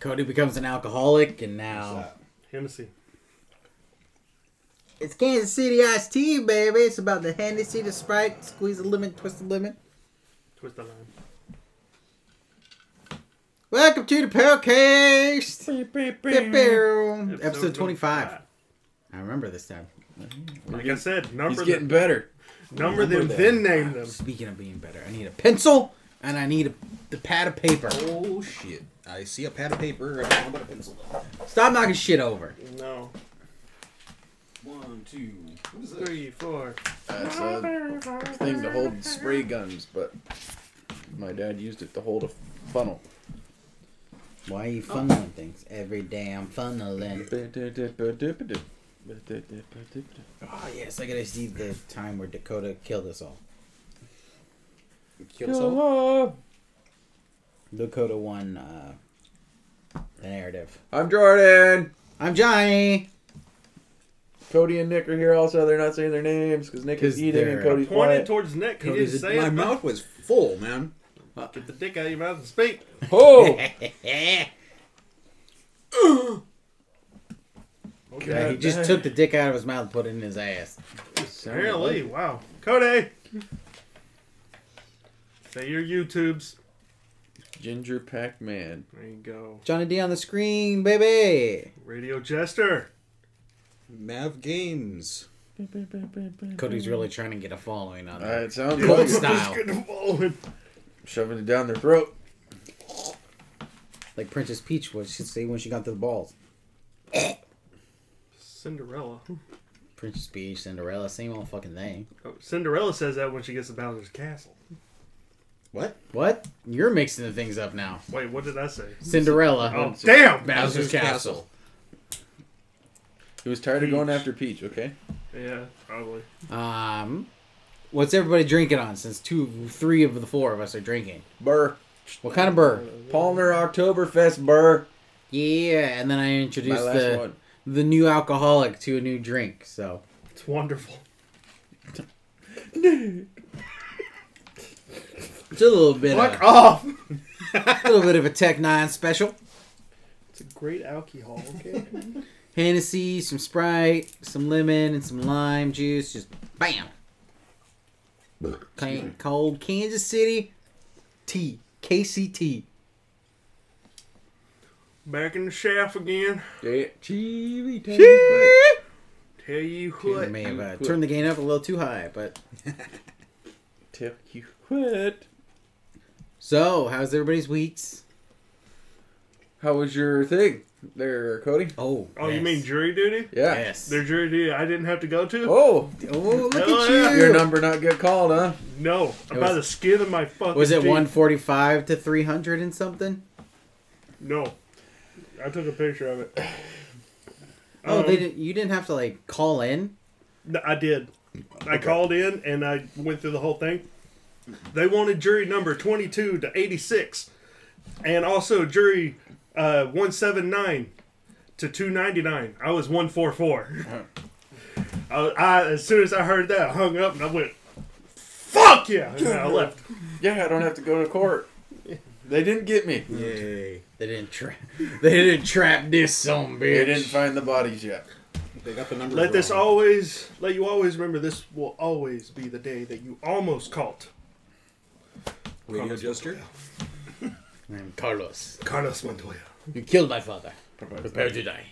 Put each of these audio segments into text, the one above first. Cody becomes an alcoholic, and now that? Hennessy. it's Kansas City iced tea, baby. It's about the Hennessy, the Sprite, squeeze a lemon, twist a lemon. Twist the line. Welcome to the Powercast, Beep, beep. Episode episode twenty-five. I remember this time. Like I said, He's number getting them, better. number them, Number then name them. Speaking of being better, I need a pencil and I need a, the pad of paper. Oh shit! I see a pad of paper and how about a pencil? Stop knocking shit over. No. One, two. What is that? Three, four. That's a thing to hold spray guns, but my dad used it to hold a funnel. Why are you funneling things every day? I'm funneling. Oh yes, I gotta see the time where Dakota killed us all. Kill us all? Dakota won uh, the narrative. I'm Jordan. I'm Johnny. Cody and Nick are here also. They're not saying their names because Nick 'Cause is eating and they're Cody's Pointed quiet. towards Nick. Oh, He didn't say My it. mouth was full, man. Get the dick out of your mouth and speak. oh! Yeah, Okay. he just took the dick out of his mouth and put it in his ass. Apparently, wow. Cody. Say your YouTubes. Ginger Pac Man. There you go. Johnny D on the screen, baby. Radio Jester. Mav Games. Cody's really trying to get a following on Uh, that. it sounds Cold like style, shoving it down their throat. like Princess Peach was. She say when she got to the balls. Cinderella. Princess Peach, Cinderella, same old fucking thing. Oh, Cinderella says that when she gets to Bowser's castle. What? What? You're mixing the things up now. Wait, what did I say? Cinderella. Oh, damn! Bowser's Castle. He was tired Peach. of going after Peach, okay? Yeah, probably. Um, what's everybody drinking on? Since two, three of the four of us are drinking. Burr. What kind of burr? Palmer Oktoberfest Burr. Yeah, and then I introduced My last the one. the new alcoholic to a new drink. So It's wonderful. it's a little bit, Fuck of, off! a little bit of a Tech Nine special. It's a great alcohol, okay? Hennessy, some Sprite, some lemon, and some lime juice. Just bam. Can- Cold Kansas City tea, KCT. Back in the shaft again. Yeah. Chili time. Tell you I what. may have uh, turned the gain up a little too high, but Tell you what. so how's everybody's weeks? How was your thing there, Cody? Oh, Oh, you yes. mean jury duty? Yeah. Yes. Their jury duty I didn't have to go to? Oh, Oh, look Oh, at yeah. you. your number not get called, huh? No. By was- the skin of my fucking Was it teeth. 145 to 300 and something? No. I took a picture of it. Oh, Um, they didn't. You didn't have to like call in. No, I did. I called in and I went through the whole thing. They wanted jury number 22 to 86 and also jury uh, 179 to 299. I was 144. I, I, as soon as I heard that, I hung up and I went, fuck yeah! And I left. Yeah, I don't have to go to court. They didn't get me. Yay! They didn't trap. They didn't trap this some They bitch. didn't find the bodies yet. They got the number. Let this always, let you always remember this will always be the day that you almost caught. Radio Jester. I'm Carlos, Carlos Montoya. you killed my father. Prepare to die.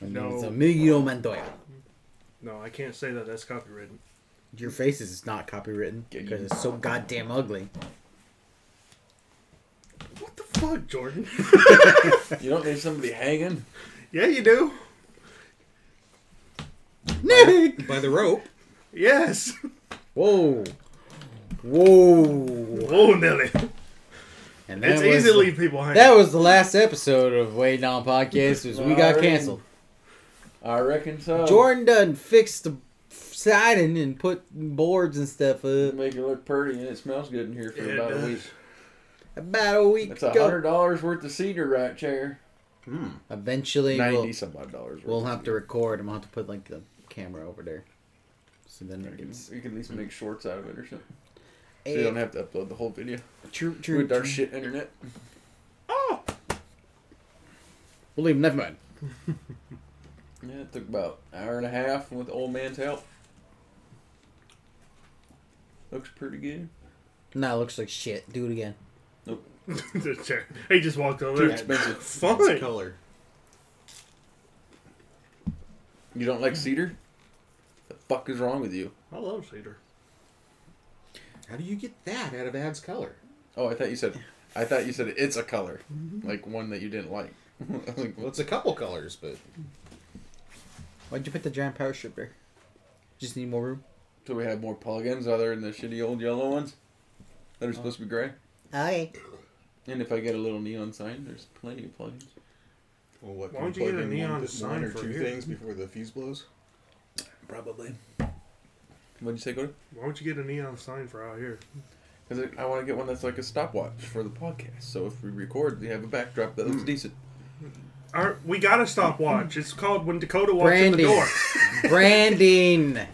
No. It's Emilio Montoya. No, I can't say that. That's copyrighted. Your face is not copywritten Get because you. it's so goddamn ugly. What the fuck, Jordan? You don't need somebody hanging. yeah, you do. Nick. By the rope. Yes. Whoa. Whoa. Oh, Nelly. And It's that was- easy to leave people hanging. That was the last episode of Wade Down Podcast. Was we got Alright. canceled. I reckon so. Jordan done fixed the siding and put boards and stuff up. Make it look pretty and it smells good in here for It about does. a week. About a week That's a hundred ago. dollars worth of cedar right chair. Eventually, Ninety we'll, some odd dollars worth. we'll have to record. I'm gonna have to put like the camera over there. So then You it can, gets you can at least make shorts out of it or something. So you Eh, don't have to upload the whole video. true, true, With our true. shit internet. Oh, We'll leave him. Never mind. Yeah, it took about an hour and a half with old man's help. Looks pretty good. Nah, it looks like shit. Do it again. The chair. he just walked over. Too there. expensive. Fine. color. You don't like cedar? The fuck is wrong with you? I love cedar. How do you get that out of Ad's color? Oh, I thought you said. I thought you said it's a color, like one that you didn't like. like Well, it's a couple colors, but Why'd you put the giant power strip there? Just need more room. So we have more plugins other than the shitty old yellow ones that are supposed to be gray. Okay. And if I get a little neon sign, there's plenty of plugins. well, what? Why can don't you plug get a in one- neon one sign or for two here? things before the fuse blows? Probably. What'd you say, Cody? Why don't you get a neon sign for out here? Because I want to get one that's like a stopwatch for the podcast. So if we record, we have a backdrop that Hmm. looks decent. Our, we got a stopwatch. It's called when Dakota walks in Brandy. the door. Branding.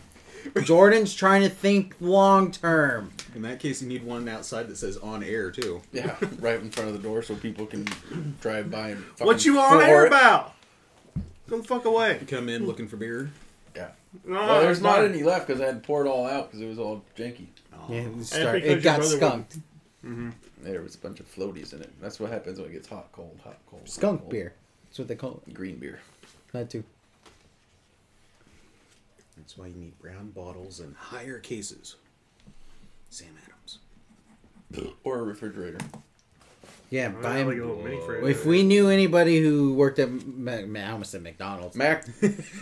Jordan's trying to think long term. In that case, you need one outside that says "on air" too. Yeah, right in front of the door so people can drive by and fucking What you on floor air it. about? Go the fuck away. Come in looking for beer. Yeah. No, Well, there's it's not fine. any left because I had to pour it all out because it was all janky. Yeah, it, was And start- because it got your brother skunked. There was a bunch of floaties in it. That's what happens when it gets hot, cold, hot, cold. hot, Skunk cold. beer. That's what they call it. Green beer. That too. That's why you need brown bottles and higher cases. Sam Adams. Or a refrigerator. Yeah, I buy have, like a 'em. little mini fridge. If we knew anybody who worked at Ma- Ma- I almost said McDonald's. Mac,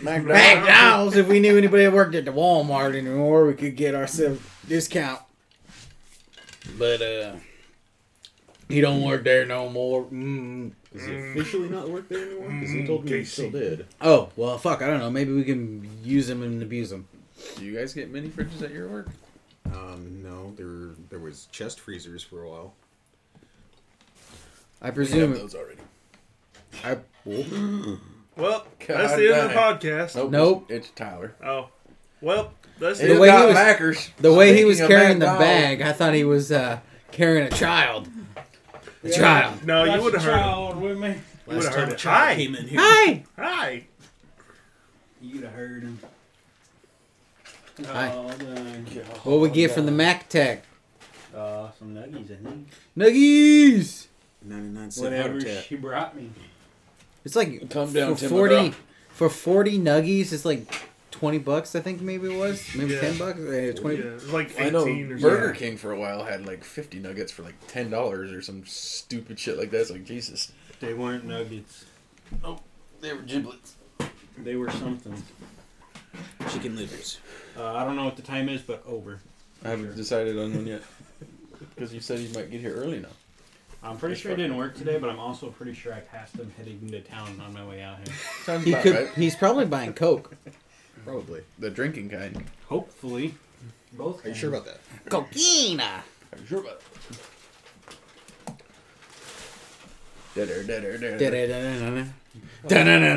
Mac, McDonald's. if we knew anybody that worked at the Walmart anymore, we could get ourselves discount. But uh, he don't work there no more. Mm. Does he officially not work there anymore? Because he told me he still Mm, Casey. did. Oh well, fuck. I don't know. Maybe we can use him and abuse him. Do you guys get mini fridges at your work? Um, no, there there was chest freezers for a while. I We have presume. those already. I, Well, God that's the end dang. of the podcast. Nope. Nope. It's Tyler. Oh, well, that's The It's it. way he not was- Macker's. the way he Speaking was of carrying the McDonald's, bag, I thought he was uh, carrying a child. A child. No, Oh, you would have heard. child with me. It. You would have heard it. Charlie Hi, in here. Hi. hi. You'd have heard him. Hi. Oh, the, What we get from the Mac Tech? uh, some nuggies, I think. Nuggies. 99 cent Whatever habitat. she brought me. It's like Come down, for Tim forty McGraw. for forty nuggies. It's like twenty bucks. I think maybe it was maybe Yeah. ten bucks. eh, Twenty. Yeah, it's like I 18 know or Burger something. King for a while had like 50 nuggets for like $10 or some stupid shit like that. It's like, Jesus. They weren't nuggets. Oh, they were giblets. They were something. Chicken livers. Uh, I don't know what the time is, but over. I haven't decided on one yet. Because you said you might get here early now. I'm pretty sure I didn't work today, but I'm also pretty sure I passed them heading into town on my way out here. Sounds He about could. right. He's probably buying Coke. Probably. The drinking kind. Hopefully. Both. Are you sure about that? Coquina. Are you sure about it? Deader, deader, deader. Da-da-da-da-da-da.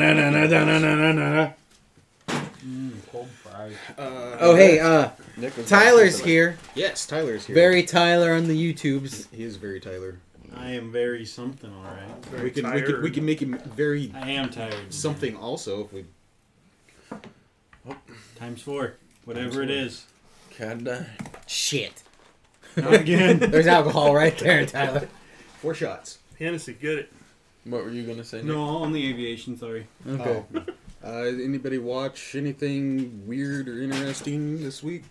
Cold fries. Oh hey, uh, Nick was Tyler's like- here. Yes, Tyler's here. Very Tyler on the YouTubes. He is very Tyler. I am very something, alright. Very we can we can, we tired. can make him very I am tired. something also if we Times four. Whatever it is. God damn. Shit. Not again. There's alcohol right there, Tyler. four shots. Hennessy, get it. What were you gonna say? no, Oh. only aviation, sorry. Okay. Uh, anybody watch anything weird or interesting this week?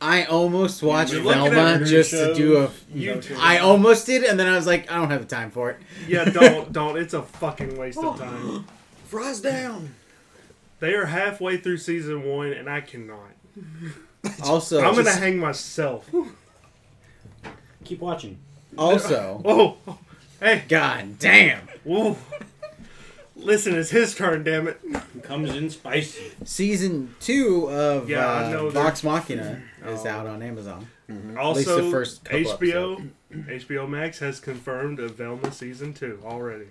I almost watched You're looking at Velma your just to do a. YouTube. I almost did, and then I was like, I don't have time for it. Yeah, don't, don't. It's a fucking waste of time. Fries down. They are halfway through season one, and I cannot. Also, I'm gonna just- hang myself. Keep watching. also, Oh, hey, god damn. whoa. Listen, it's his turn, damn it. It comes in spicy. Season two of Yeah, I uh, know Oh. Vox Machina is out on Amazon. least Also, the first couple HBO, HBO Max has confirmed a Velma season two already,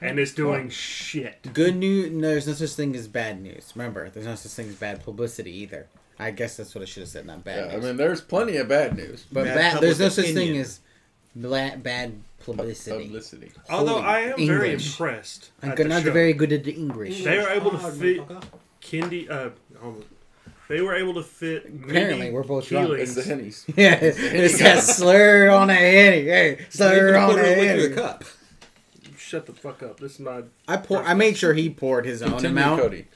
and it's doing shit. Good news. No, there's no such thing as bad news. Remember, there's no such thing as bad publicity either. I guess that's what I should have said, not bad Yeah, I news. mean, there's plenty of bad news. but Bad bad, there's no public such thing opinion. as Bla- bad publicity. Publicity. Although Holy I am very English. impressed. I'm at g- the not show. very good at the English. They are able to Odd, fit- motherfucker. Kendi, uh, hold on. they were able to fit. Apparently, Mindy we're both drunk. Keeling's- It's the hennies. Yeah, it's that slur on a henny. Hey, slur on a henny. cup. Shut the fuck up. This is not. I pour. I made sure he poured his own Continue, amount. Cody.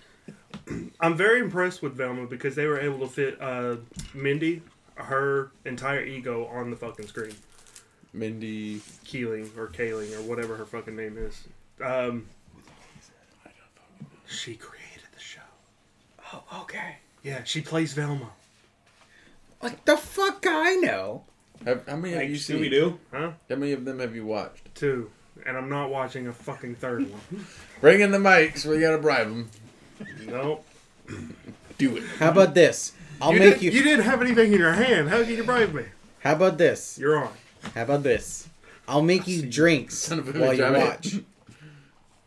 I'm very impressed with Velma because they were able to fit uh, Mindy, her entire ego on the fucking screen. Mindy. Keeling or Kaling or whatever her fucking name is. Um, she created the show. Oh, okay. Yeah, she plays Velma. What the fuck I know? Have, how many have you seen? Scooby-Doo? Huh? How many of them have you watched? Two. And I'm not watching a fucking third one. Bring in the mics. We gotta bribe them. no. Do it. How about this? I'll make you. didn't have anything in your hand. How can you bribe me? How about this? You're on. How about this? I'll make you drinks Son of a while you bitch, I watch. mean-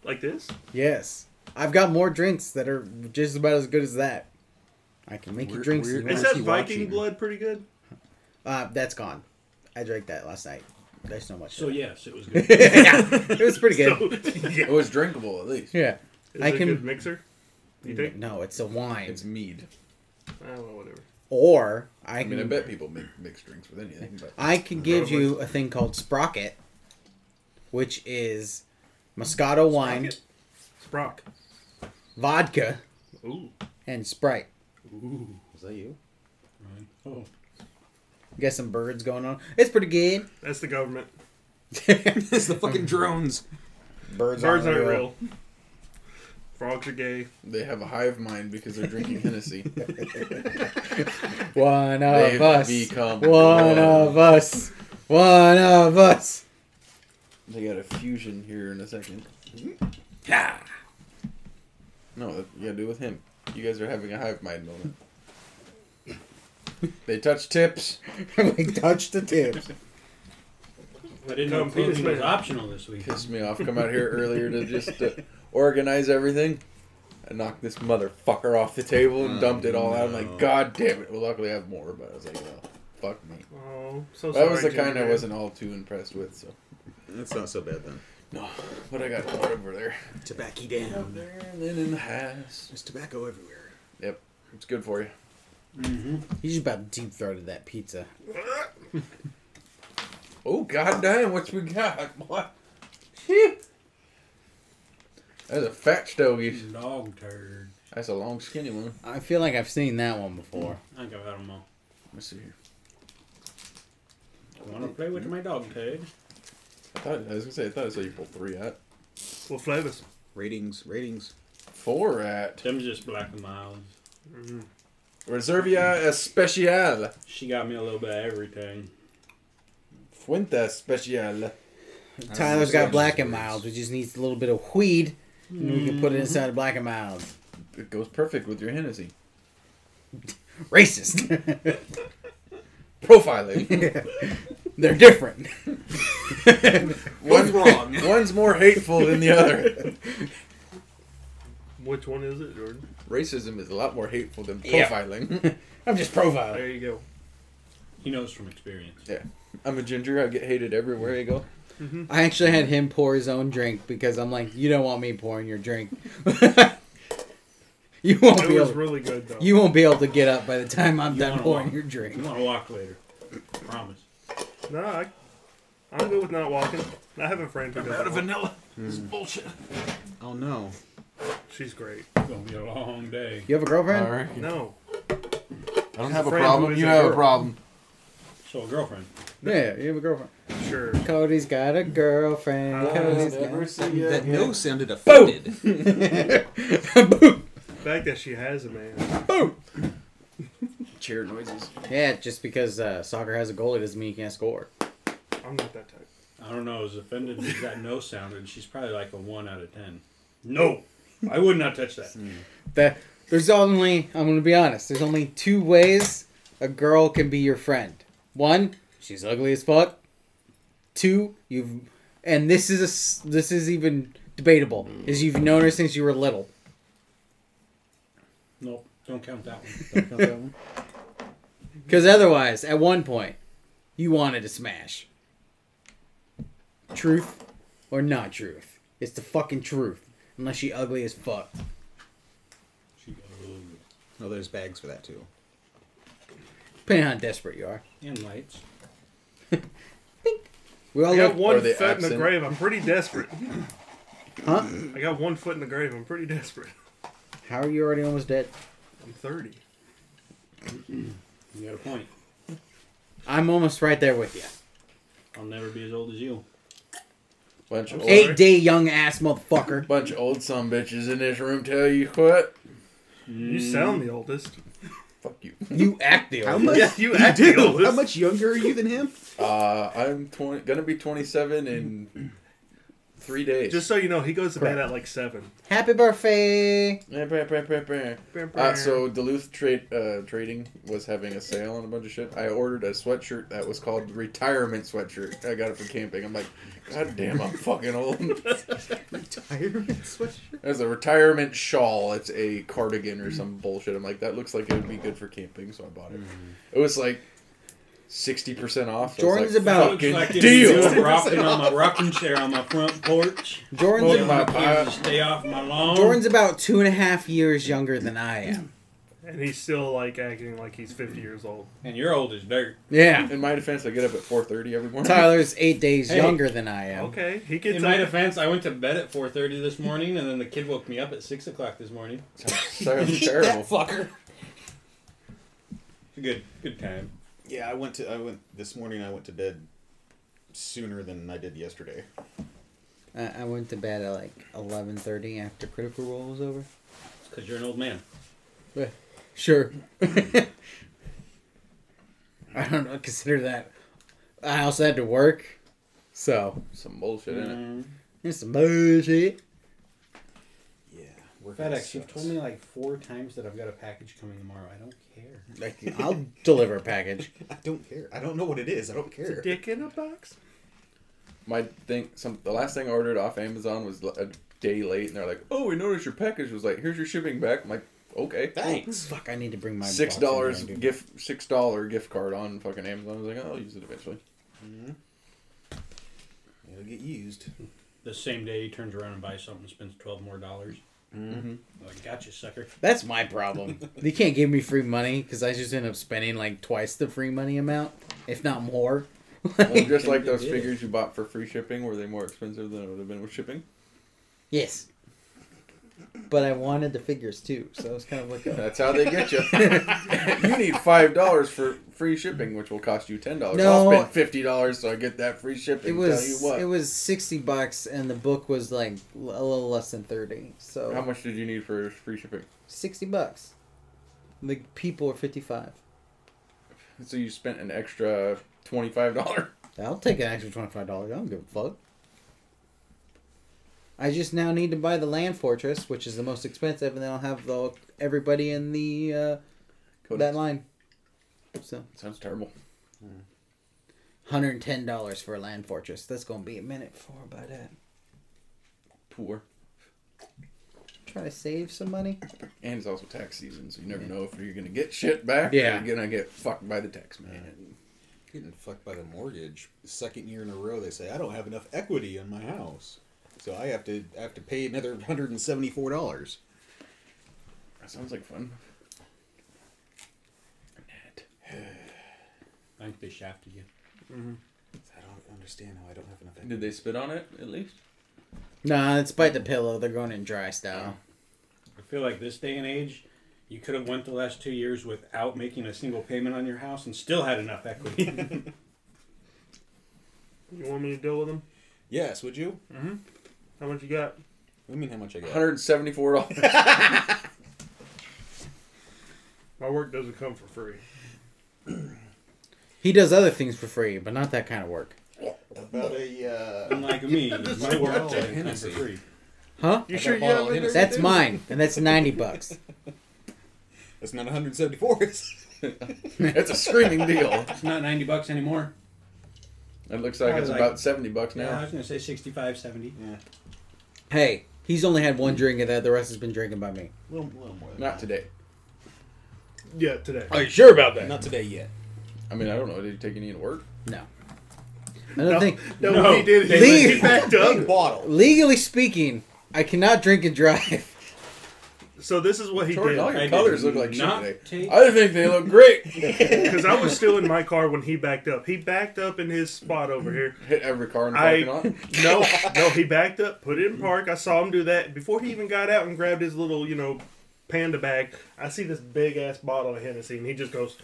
Like this? Yes, I've got more drinks that are just about as good as that. I can make you We're- drinks. we're- if you Where Is want. is that he Viking watching? blood pretty good? Uh, that's gone. I drank that last night. There's not much. So left. yes, it was good. it was pretty good. It was drinkable at least. yeah, Is I it can- a good mixer? You think? no, it's a wine. It's mead. I don't know, whatever. or I I can mean, I bet people mi- mix drinks with anything, but I can give you a thing called sprocket, which is Moscato wine, Sprock. vodka, Ooh. and Sprite. was that you? oh, Got some birds going on. It's pretty good. That's the government. It's the fucking drones. Birds, Birds aren't real. Frogs are gay. They have a hive mind because they're drinking Hennessy. One of They've us. become One one. of us. One of us. They got a fusion here in a second. No, that- you gotta do it with him. You guys are having a hive mind moment. they touch tips. we touched the tips. I didn't know Come, penis pooping was man. optional this week. Pissed me off. Come out here earlier to just uh, organize everything. I knocked this motherfucker off the table and dumped it all out. I'm like, God damn it. Well, luckily I have more, but I was like, well, fuck me. Oh, so sorry. That was the Jimmy kind I Man. wasn't all too impressed with, so. That's not so bad then. No, but I got more over there. Tobacco down. There and then in the house. There's tobacco everywhere. Yep, it's good for you. You just about deep throated that pizza. Oh god damn, what we got? What? Phew. That's a fat stogie. Dog turd. That's a long skinny one. I feel like I've seen that one before. I think I've had them all. Let me see here. Want to play with my dog turd? I thought I was gonna say I thought I saw you pull three at. What flavors? Ratings, ratings. Four at. Tim's just black and mild. Reservia Especial. She got me a little bit of everything. Fuente Especial. Tyler's got black and mild. mild. We just needs a little bit of weed, and we can put it inside of black and mild. It goes perfect with your Hennessy. Racist. Profiling. They're different. One's wrong. One's more hateful than the other. Which one is it, Jordan? Racism is a lot more hateful than Yeah. profiling. I'm just profiling. Uh, There you go. He knows from experience. I'm a ginger. I get hated everywhere I go. I actually had him pour his own drink because I'm like, you don't want me pouring your drink. you won't It be was able. really good though. You won't be able to get up by the time I'm You done wanna pouring walk. your You drink. want to walk later? Promise. No, I, I'm good with not walking. I have a friend who doesn't. walk. vanilla. This is Hmm. bullshit. Oh no. She's great. It's gonna be a long day. You have a girlfriend? right. No, I don't have a Friend who problem. is You a have a girl. problem. So a girlfriend. Yeah, you have a girlfriend. sure. Cody's got a girlfriend. Uh, I'll Cody's never got see uh, That again. no sounded offended. The fact that she has a man. Chair noises. Yeah, just because uh, soccer has a goalie doesn't mean you can't score. I'm not that type. I don't know. Is offended that that no sounded. She's probably like a one out of ten. No, Mm. I would not touch that. That there's only I'm gonna be honest. There's only two ways a girl can be your friend. One, she's ugly as fuck. Two, you've and this is a s this is even debatable. Is you've known her since you were little. Nope. Don't count that one. Because otherwise, at one point, you wanted to smash. Truth or not truth. It's the fucking truth. Unless she ugly as fuck. She got a little- No, Oh, there's bags for that too. Depending on how desperate you are. And lights. We all I got live. one Are they foot in the absent? grave. I'm pretty desperate. Huh? I got one foot in the grave. I'm pretty desperate. How are you already almost dead? I'm 30. You got a point. I'm almost right there with you. I'll never be as old as you. Bunch of Eight old, day young ass motherfucker. bunch of old some bitches in this room tell you what? You sound the oldest. Fuck Hmm. you. You act the How old. much? Yeah, you act the oldest. How much younger are you than him? Uh, I'm 20, gonna be 27 in three days. Just so you know, he goes to bed at like 7. Happy birthday. Eh, bah, bah, bah, bah. Uh, so Duluth Trade uh, Trading was having a sale on a bunch of shit. I ordered a sweatshirt that was called retirement sweatshirt. I got it for camping. I'm like, God damn, I'm fucking old. Retirement sweatshirt. There's a retirement shawl. It's a cardigan or some bullshit. I'm like, that looks like it would be good for camping, so I bought it. It was like sixty percent off. so I Jordan's was like, about- fucking if deal. you were rocking on my rocking chair on my front porch. Jordan's, Well, Telling about, my my kids pie- to stay off my lawn. Jordan's about two and a half years younger than I am. And he's still like acting like he's 50 years old. and you're old as dirt. Yeah. In my defense, I get up at four thirty every morning. Tyler's eight days Hey. younger than I am. Okay, he In gets my up. defense, I went to bed at 4:30 this morning, and then the kid woke me up at six o'clock this morning. Tyler's terrible. fucker. It's a good, good time. Yeah, I went to. I went this morning. I went to bed sooner than I did yesterday. I, I went to bed at like eleven thirty after Critical Role was over. Because you're an old man. Sure. I don't know, consider that. I also had to work, so Some bullshit in it. Mm. it's some bullshit. Yeah. work FedEx, you've told me like four times that I've got a package coming tomorrow. I don't care. I'll deliver a package. I don't care. I don't know what it is. I don't care. Dick in a box? My thing, some the last thing I ordered off Amazon was l- a day late, and they're like, "Oh, we noticed your package was like, here's your shipping back." I'm like, "Okay." Thanks. Fuck, I need to bring my box Six in there dollars and do- gift, six dollar gift card on fucking Amazon. I was like, "I'll use it eventually." It'll get used. The same day he turns around and buys something, spends twelve more dollars. Mm-hmm. Like, gotcha, sucker. That's my problem. they can't give me free money because I just end up spending like twice the free money amount, if not more. Well, just like those They did. figures you bought for free shipping, were they more expensive than it would have been with shipping? Yes. But I wanted the figures too, so I was kind of like, oh. That's how they get you. you need five dollars for free shipping, which will cost you ten dollars. No. I'll spend fifty dollars so I get that free it shipping. tell you was what, it was sixty bucks, and the book was like l- a little less than thirty. So how much did you need for free shipping? sixty bucks. The people are fifty five. So you spent an extra twenty-five dollars. I'll take an extra twenty five dollars. I don't give a fuck. I just now need to buy the land fortress, which is the most expensive, and then I'll have the everybody in the uh, that line. So sounds terrible. hundred and ten dollars for a land fortress. That's gonna be a minute for by that. Poor, Try to save some money. and it's also tax season, so you never know if you're gonna get shit back. or Yeah. you're gonna get fucked by the tax man. Getting fucked by the mortgage. Second year in a row, they say I don't have enough equity in my house, so I have to I have to pay another hundred and seventy four dollars. That sounds like fun. Ned. I think they shafted you. I don't understand how I don't have enough equity. Did they spit on it at least? Nah, it's bite the pillow. They're going in dry style. I feel like this day and age, you could have went the last two years without making a single payment on your house and still had enough equity. You want me to deal with him? Yes, would you? How much you got? I mean, how much I One got? hundred seventy-four dollars. My work doesn't come for free. He does other things for free, but not that kind of work. About a uh, Unlike me, my work Well, doesn't come for Hennessy. free. Huh? You sure you bottle have of it? Hennessy. That's mine, and that's ninety bucks. that's not one hundred seventy four. That's a screaming deal. It's not ninety bucks anymore. It looks like it's Probably like- about seventy bucks Yeah, I now. was gonna say 65, 70. Hey, he's only had one drink of that. The rest has been drinking by me. little, little more. Than Not today. Yeah, today. Are you sure about that. Not today yet. I mean, I don't know. Did you take any to work? No. Another thing, No, No, what he did, they- he, they- he backed Big up. bottle. legally speaking, I cannot drink and drive. So this is what he Jordan, all did. your I colors look did like shit not today. take- I think they look great. Hit Because I was still in my car when he backed up. He backed up in his spot over here. every car in the I parking lot. no no he backed up, put it in park. I saw him do that before he even got out and grabbed his little you know panda bag. I see this big ass bottle of Hennessy and he just goes.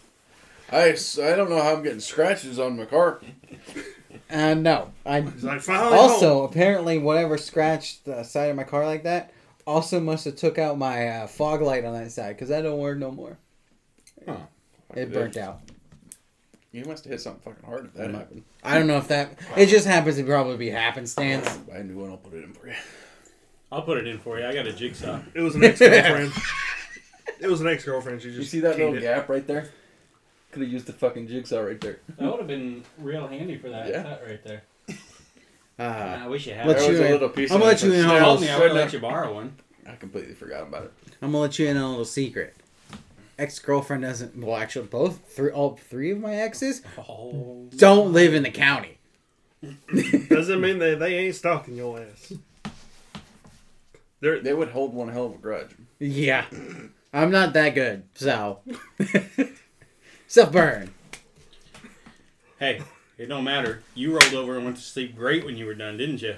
I, s- I don't know how I'm getting scratches on my car. Uh, no, I He's like finally also apparently whatever scratched the side of my car like that also must have took out my uh, fog light on that side because I don't work no more. Huh. It burnt out. You must have hit something fucking hard if that happened. I don't know if that. It just happens to probably be happenstance. Buy a new one. I'll put it in for you. I'll put it in for you. I got a jigsaw. home. It was an ex girlfriend. it was an ex girlfriend. She just You see that keyed little it. gap right there? Could have used the fucking jigsaw right there. That would have been real handy for that Yeah. cut right there. Uh, I wish you had. Let it. there you was a in. little piece. I'm of gonna let it you that in on You snapped. told me I would Shouldn't let you borrow one. have- I completely forgot about it. I'm gonna let you in on a little secret. Ex girlfriend doesn't. Well, actually, both three, all three of my exes Oh. don't live in the county. Doesn't mean they, they ain't stalking your ass. They're, They would hold one hell of a grudge. Yeah, I'm not that good. So, self burn. Hey, it don't matter. You rolled over and went to sleep great when you were done, didn't you?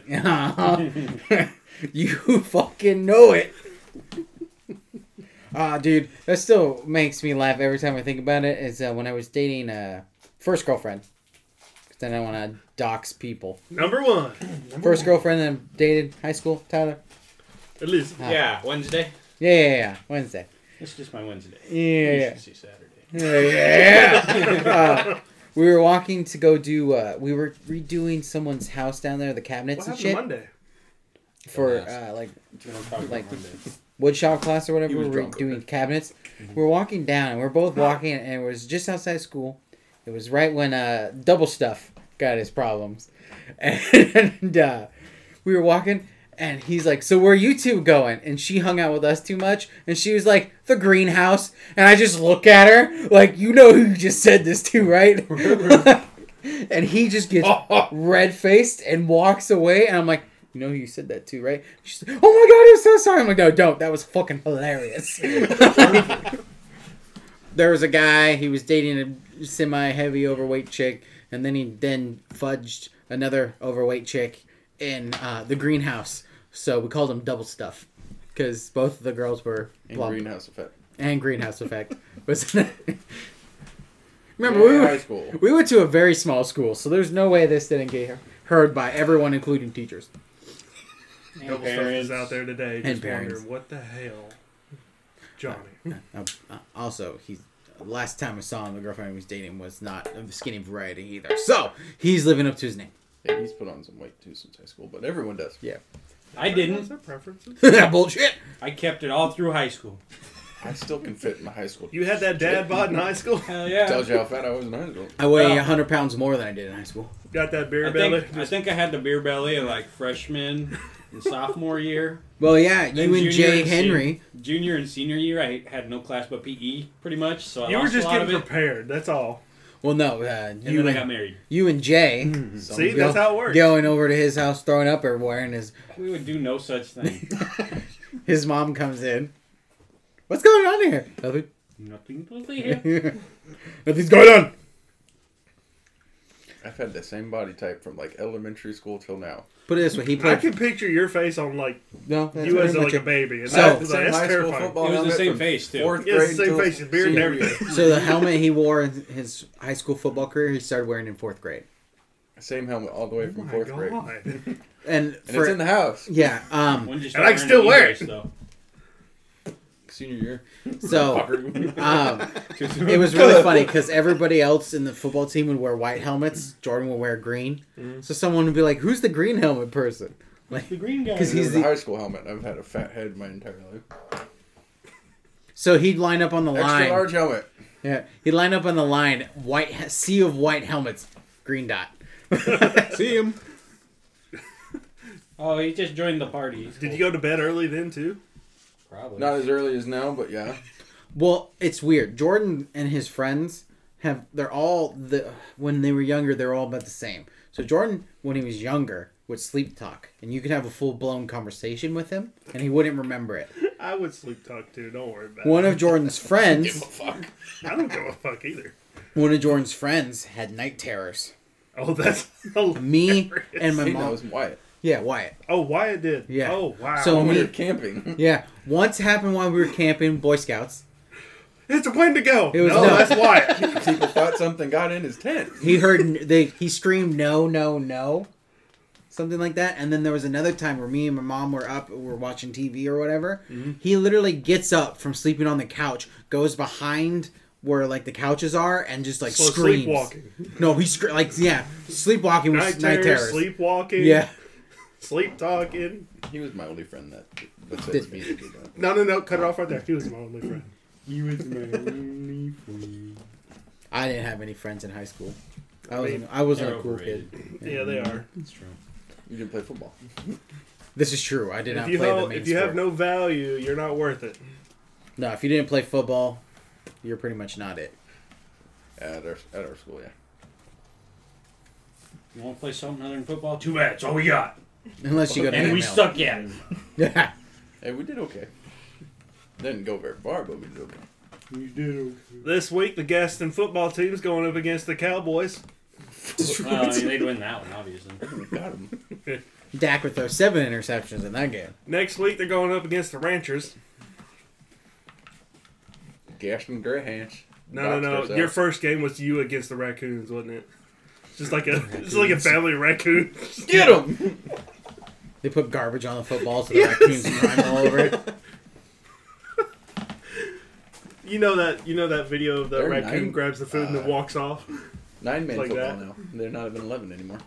you fucking know it. Ah, dude, that still makes me laugh every time I think about it. Is uh, when I was dating uh, first girlfriend. 'Cause Then I want to dox people. number one, First girlfriend that I dated, high school, Tyler. at least. Ah. Yeah, Wednesday. Yeah, yeah, yeah. Wednesday. It's just my Wednesday. Yeah, You yeah. should see Saturday. Yeah, yeah. Uh, we were walking to go do. Uh, we were redoing someone's house down there, the What cabinets and happened shit, Monday? for Dumbass. uh, like Like, Like- woodshop class or whatever. He was We were drunk, Mm-hmm. doing cabinets. We were walking down, and we are both walking, and it was just outside school. It was right when uh, double stuff got his problems, and uh, we were walking. And he's like, "So where are you two going?" And she hung out with us too much, and she was like, "The greenhouse." And I just look at her, like, "You know who you just said this to, right?" and he just gets red faced and walks away. And I'm like, you know who you said that to, right? She's like, oh my god, I'm so sorry. I'm like, no, don't. That was fucking hilarious. there was a guy, he was dating a semi heavy overweight chick, and then he then fudged another overweight chick in uh, the greenhouse. So we called him double stuff because both of the girls were And plump. greenhouse effect. and greenhouse effect was. Remember, Yeah, we were high school. we went to a very small school, so there's no way this didn't get heard by everyone, including teachers. Double stuff is out there today. Just parents. wondering what the hell, Johnny. Uh, uh, also, he's last time I saw him, the girlfriend he was dating was not of the skinny variety either. So he's living up to his name. Yeah, he's put on some weight too since high school, but everyone does. Yeah, I Is didn't. that preferences? bullshit. I kept it all through high school. I still can fit in my high school. You had that dad bod in high school. Hell yeah. Tells you how fat I was in high school. I weigh Yeah. hundred pounds more than I did in high school. Got that beer I belly. think, I think I had the beer belly in like freshman and sophomore year. Well, yeah, you Then and junior Jay sen- Henry. junior and senior year, I had no class but PE, pretty much. So I You were lost just a lot getting of it. prepared. That's all. Well, no, uh, and you then I got and married. you and Jay. See, that's how it works. Going over to his house, throwing up everywhere, and his We would do no such thing. his mom comes in. What's going on here? Nothing. Nothing to see here. Nothing's going on. I've had the same body type from like elementary school till now. Put it this way, he I played. can picture your face on like no, that's you as pretty like much a it. baby. And So- The that- that's same high school terrifying. football It was the helmet same from face, too. Fourth Yeah, it's the grade same till face, it's beard and senior everything. year. So the helmet he wore in his high school football career, he started wearing in fourth grade, Same helmet all the way from Oh My fourth grade. And God. and, for, it's in the house. yeah, um, When did you And I can start still wear wearing it. the Eagles, Senior year. Oh. so Fucker. um, though? it was really funny because everybody else in the football team would wear white helmets. Jordan would wear green, Mm-hmm. so someone would be like, "Who's the green helmet person?" Like, the green guy. 'Cause It he's was the- a high school helmet. I've had a fat head my entire life. so he'd line up on the Extra line. large helmet. Yeah, he'd line up on the line. White he- sea of white helmets, green dot. See him. Oh, he just joined the party. He's Did cool. you go to bed early then too? Probably. Not as early as now, but yeah. Well, it's weird. Jordan and his friends have they're all the when they were younger they're all about the same. So So Jordan, when he was younger, would sleep talk, and you could have a full blown conversation with him, and he wouldn't remember it. I would sleep talk too. Don't worry about One of Jordan's friends, it. I don't give a fuck either. one of Jordan's friends, had night terrors. Oh, that's Me and my Hey, that mom. was Wyatt. Yeah, Wyatt. Oh, why it did? Yeah. Oh, wow. So We me- were camping. Yeah, once happened while we were camping, Boy Scouts. it's a Wendigo. It was- no, no. that's Wyatt. People thought something got in his tent. He heard n- they he screamed no no no, something like that. And then there was another time where me and my mom were up, we were watching TV or whatever. Mm-hmm. He literally gets up from sleeping on the couch, goes behind where like the couches are, and just like So screams. sleepwalking. No, he scre- like yeah, sleepwalking was Night night, terrors, terrors. sleepwalking. Yeah, Sleep talking. He was my only friend that. That said me to do that. No, no, no. Cut it off right there. He was my only friend. You is my only friend. I didn't have any friends in high school. I was mean, not I wasn't they're a cool overrated. kid. Yeah, they are. That's true. You didn't play football. This is true. I did If not you, play the ho- main if you have sport. no value, you're not worth it. no, if you didn't play football, you're pretty much not it. At our at our school, yeah. You want to play something other than football? Too bad. It's all we got. Unless you go to And we NML. suck at it. Yeah. Hey, we did okay. Didn't go very far, but we did okay. We do. This week, the Gaston football team's going up against the Cowboys. Uh, they'd win that one, obviously. Got him. Dak would throw seven interceptions in that game. Next week, they're going up against the Ranchers. Gaston Grahans. No, no, uh, no. Your first game was you against the Raccoons, wasn't it? It's Just like a, it's like a family raccoon. Get him. They put garbage on the football so the raccoons climb all over it. You know that, you know that video of the They're raccoon nine- grabs the food and uh, then walks off. Nine man Like football that. now. They're not even eleven anymore.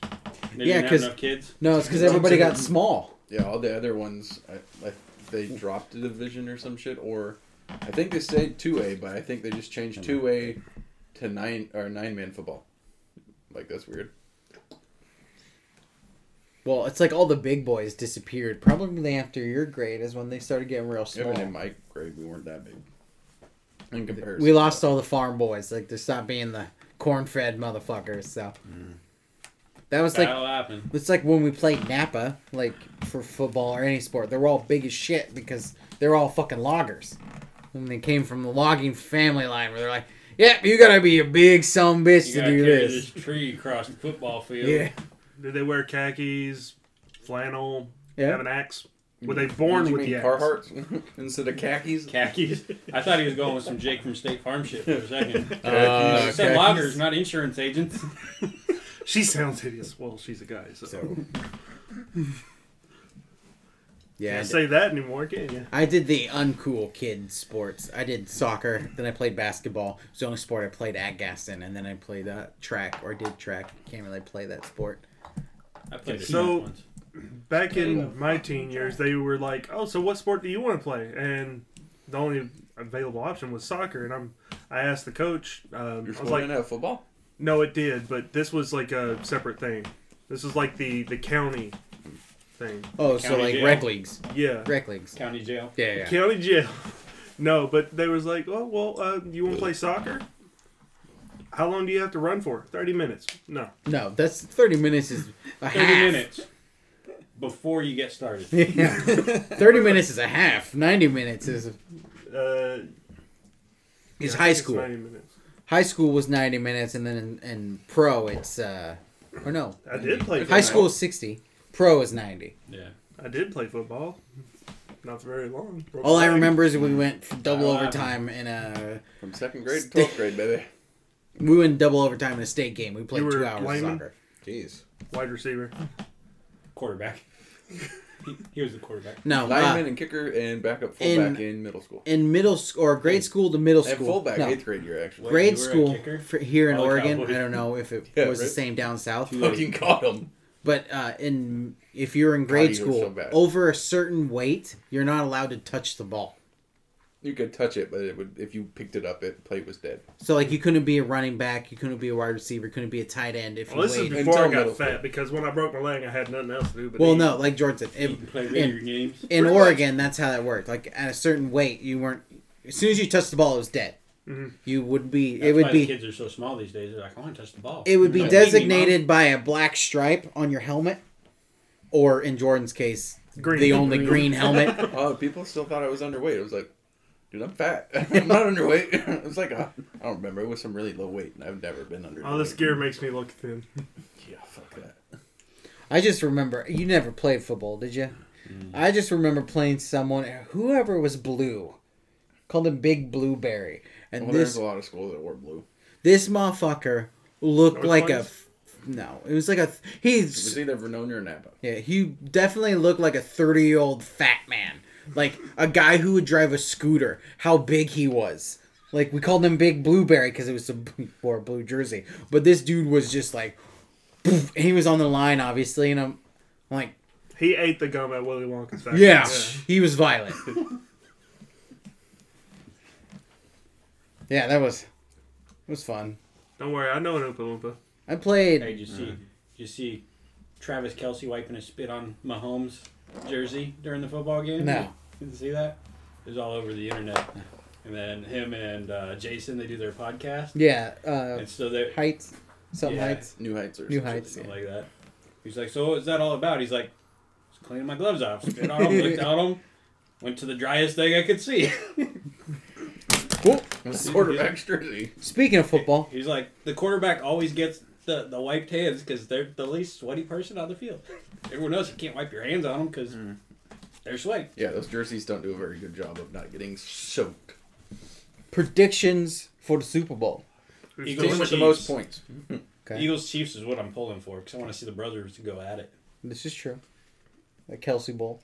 They Yeah, didn't have 'cause- enough kids. No, it's because everybody got small. Yeah, all the other ones, I, I, they dropped a division or some shit, or I think they stayed two A, but I think they just changed two A to nine or nine man football. Like that's weird. Well, it's like all the big boys disappeared. Probably after your grade is when they started getting real Even small. in my grade, we weren't that big. In comparison, We lost all the farm boys. Like they stopped being the corn-fed motherfuckers. So that was like That'll happen. it's like when we played Napa, like for football or any sport. They were all big as shit because they're all fucking loggers. And they came from the logging family line where they're like, "Yep, you gotta be a big son of a bitch You to gotta do carry this." this. tree across the football field. Yeah. Did they wear khakis, flannel, Yeah. have an axe? Were they born You with mean the axe? Carhartts instead of khakis. Khakis. I thought he was going with some Jake from State Farm shit for a second. Khakis. Uh, I said loggers, not insurance agents. She sounds hideous. Well, she's a guy, so, So. Yeah, I can't did, say that anymore, can you? I did the uncool kid sports. I did soccer, then I played basketball. It was the only sport I played at Gaston, and then I played uh, track or did track. Can't really play that sport. I played So- so, once. Back in my teen years, they were like, "Oh, so what sport do you want to play?" And the only available option was soccer. And I'm, I asked the coach. Um, Your I school was like, didn't have football. "No, it did, but this was like a separate thing. This was like the the county thing. Oh, so County like jail. rec leagues, Yeah, rec leagues. County jail. Yeah, yeah. county jail. No, but they was like, "Oh, well, uh, you want to play soccer? How long do you have to run for? Thirty minutes? No, No, that's thirty minutes is a 30 half. minutes before you get started. Yeah. thirty minutes is a half. Ninety minutes is uh, is yeah, I think high it's school. 90 minutes. High school was ninety minutes, and then in, in pro it's uh, or no, I did play high football. school is sixty, pro is ninety. Yeah. I did play football. Not for very long. Broke All I my leg. remember is we went for double Wow. overtime in a From second grade to twelfth grade, baby. we went double overtime in a state game. We You played were two hours of lineman? soccer. Jeez. wide receiver. Quarterback. He, he was the quarterback. No, Lineman uh, and kicker and backup fullback in, in- middle school. in middle school or grade school to middle And school. fullback no, eighth grade year actually. Wait, you grade were a school kicker? for here in Oh, Oregon. Cowboy. I don't know if it Yeah, was the right. same down south, Fucking caught him. but uh, in if you're in grade you were school so bad. over a certain weight, you're not allowed to touch the ball. You could touch it, but it would if you picked it up, it plate was dead. So like you couldn't be a running back, you couldn't be a wide receiver, couldn't be a tight end if Well, this you is weighed. before I Until middle got fat school. because when I broke my leg, I had nothing else to do. But Well, eat. no, like Jordan said, You in, can play in- video games. in Oregon, that's how that worked. Like at a certain weight, you weren't. As soon as you touched the ball, it was dead. You would be. Mm-hmm. That's it would why be. The Mm-hmm. kids are so small these days. They're like, I want to touch the ball. It would be Don't leave me, Mom. designated by a black stripe on your helmet, or in Jordan's case, Green. the only green helmet. Oh, people still thought I was underweight. I was like, dude, I'm fat. I'm not underweight. It was like, uh, I don't remember. It was some really low weight, and I've never been underweight. All Oh, this gear makes me look thin. Yeah, fuck that. I just remember you never played football, did you? Mm. I just remember playing someone whoever was blue, called him Big Blueberry, and Well, this there's a lot of schools that wore blue. this motherfucker looked North like a Plains? f- no. It was like a th- It he's was either Vernonia or Napa. Yeah, he definitely looked like a 30 year old fat man. Like a guy who would drive a scooter. How big he was. Like we called him Big Blueberry because it was a he wore a blue jersey. But this dude was just like, poof, and he was on the line obviously, and I'm I'm like, He ate the gum at Willy Wonka's factory. yeah, he was violent. yeah, that was, it was fun. Don't worry, I know an Oompa Loompa. I played. Hey, did you see? Did you see Travis Kelsey wiping his spit on Mahomes' jersey during the football game? No. Didn't see that? It was all over the internet. And then him and uh, Jason, they do their podcast. yeah, uh, And so they heights, something Yeah. heights. New Heights or New some shit. Heights, something yeah. like that. He's like, so what is that all about? He's like, just cleaning my gloves off. Spit on them, looked at them, went to the driest thing I could see. Cool. It was quarterback's jersey. Speaking of football, He's like, the quarterback always gets the, the wiped hands because they're the least sweaty person on the field. Everyone else, you can't wipe your hands on them because they're sweaty. Yeah, those jerseys don't do a very good job of not getting soaked. predictions for the Super Bowl. Who's Eagles. Team doing- with the Chiefs. most points. Okay. Eagles Chiefs is what I'm pulling for because I want to see the brothers go at it. This is true. The Kelsey Bowl.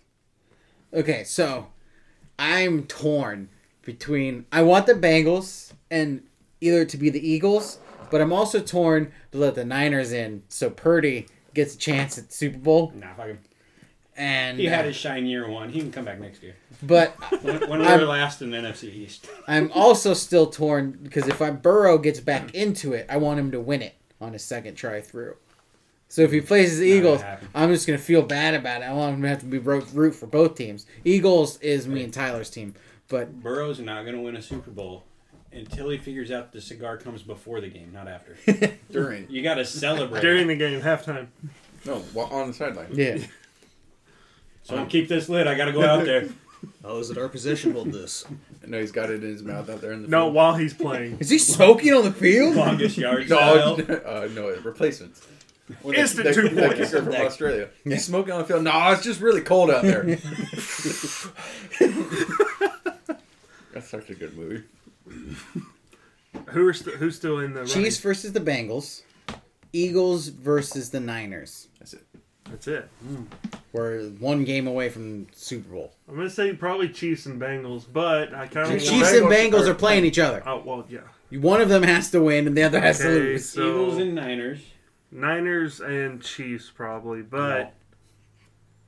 Okay, so I'm torn between I want the Bengals and either to be the Eagles, but I'm also torn to let the Niners in so Purdy gets a chance at the Super Bowl. Nah, fuck him. And uh, He had his shine year one. He can come back next year. but When, when we I'm- were last in the NFC East. I'm also still torn because if I Burrow gets back into it, I want him to win it on his second try through. So if he plays the gonna Eagles, happen. I'm just gonna feel bad about it. I want him to have to be ro- root for both teams. Eagles is me and Tyler's team, but Burrow's not going to win a Super Bowl until he figures out the cigar comes before the game, not after. During. You got to celebrate. During the game, halftime. No, wa- on the sideline. yeah, so I'm keep this lit. I got to go out there. Oh, is it our possession? Hold this. No, he's got it in his mouth out there in the No, field. while he's playing. is he smoking on the field? Longest yard No, style. uh, no, replacements. Or Instant that- two that points. kicker from Australia. He's smoking on the field. No, it's just really cold out there. That's such a good movie. Who are st- who's still in the running? Chiefs versus the Bengals, Eagles versus the Niners. That's it. That's it. We're one game away from Super Bowl. I'm gonna say probably Chiefs and Bengals, but I kind The of Chiefs and Bengals are playing each other. Oh well, yeah. One of them has to win and the other has to Okay, lose. so Eagles and Niners. Niners and Chiefs probably, Oh, but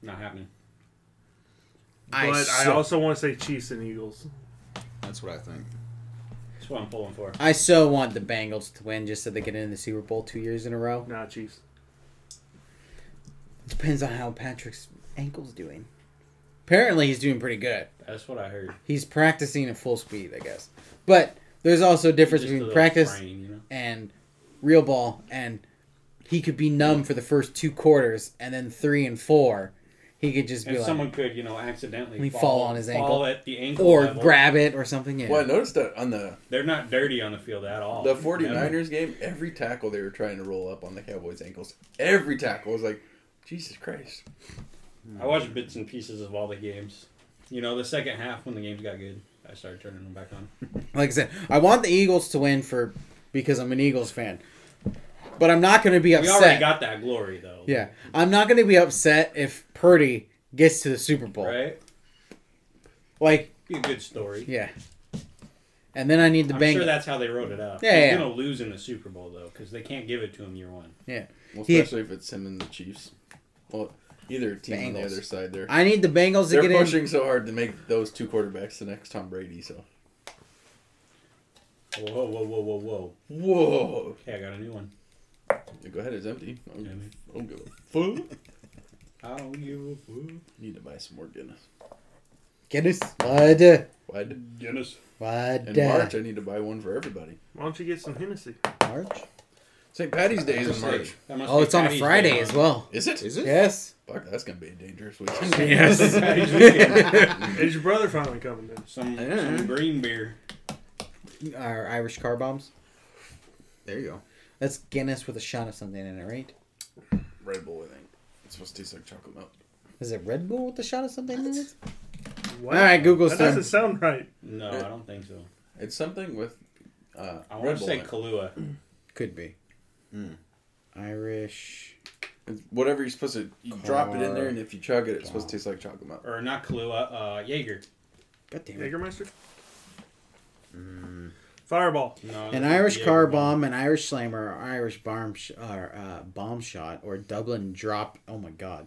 Not happening. I but I, so- also want to say Chiefs and Eagles. That's what I think. That's what I'm pulling for. I so want the Bengals to win just so they get in the Super Bowl two years in a row. Nah, Chiefs. Depends on how Patrick's ankle's doing. Apparently, he's doing pretty good. That's what I heard. He's practicing at full speed, I guess. But there's also a difference Just a between little practice sprain, you know? and real ball, and he could be numb for the first two quarters, and then three and four, he could just be And like, someone could, you know, accidentally He fall on his ankle. fall at the ankle, or level. grab it or something. Yeah. Well, I noticed that on the They're not dirty on the field at all. the 49ers game, every tackle they were trying to roll up on the Cowboys' ankles, every tackle was like, Jesus Christ. I watched bits and pieces of all the games. You know, the second half when the games got good, I started turning them back on. Like I said, I want the Eagles to win for because I'm an Eagles fan, but I'm not going to be We upset. already got that glory though. Yeah, I'm not going to be upset if Purdy gets to the Super Bowl. Right? Like, Be a good story. yeah. And then I need the I'm Bengals. sure that's how they wrote it up. Yeah, He's yeah. gonna lose in the Super Bowl though, because they can't give it to him year one. yeah, Well, He- especially if it's him and the Chiefs. Well, either team on the Bengals. other side there. I need the Bengals to They're get pushing so hard to make those two quarterbacks the next Tom Brady, so. Whoa, whoa, whoa, whoa, whoa, whoa. Whoa! Okay, I got a new one. Go ahead, it's empty. I'm, Damn it. I'm good. Food? I don't give a fuck. Need to buy some more Guinness. in. Get us. Bud. Why Guinness. Why In da- March, I need to buy one for everybody. Why don't you get some Hennessy? March? St. Patty's Day is in March. Oh, it's on a Friday as well. Is it? Is it? Yes. Fuck, that's gonna be a dangerous weekend. Is your brother finally coming in? some, Yeah. some green beer. Our Irish car bombs. There you go. That's Guinness with a shot of something in it, right? Red Bull, I think. It's supposed to taste like chocolate milk. Is it Red Bull with a shot of something in it? What? All right, Google That doesn't search. sound right. No, I don't think so. It's something with uh, I Red want to Bull. say in it. Kahlua. Could be. Irish. It's whatever you're supposed to you drop it in there, and if you chug it, it's supposed to taste like chocolate milk. Or not Kahlua, uh, Jaeger. God damn it. Jägermeister? Mm. Fireball. No, An that's Irish Jaeger car bomb, an Irish slammer, or Irish bomb sh- or uh, bomb shot, or Dublin drop. Oh my god!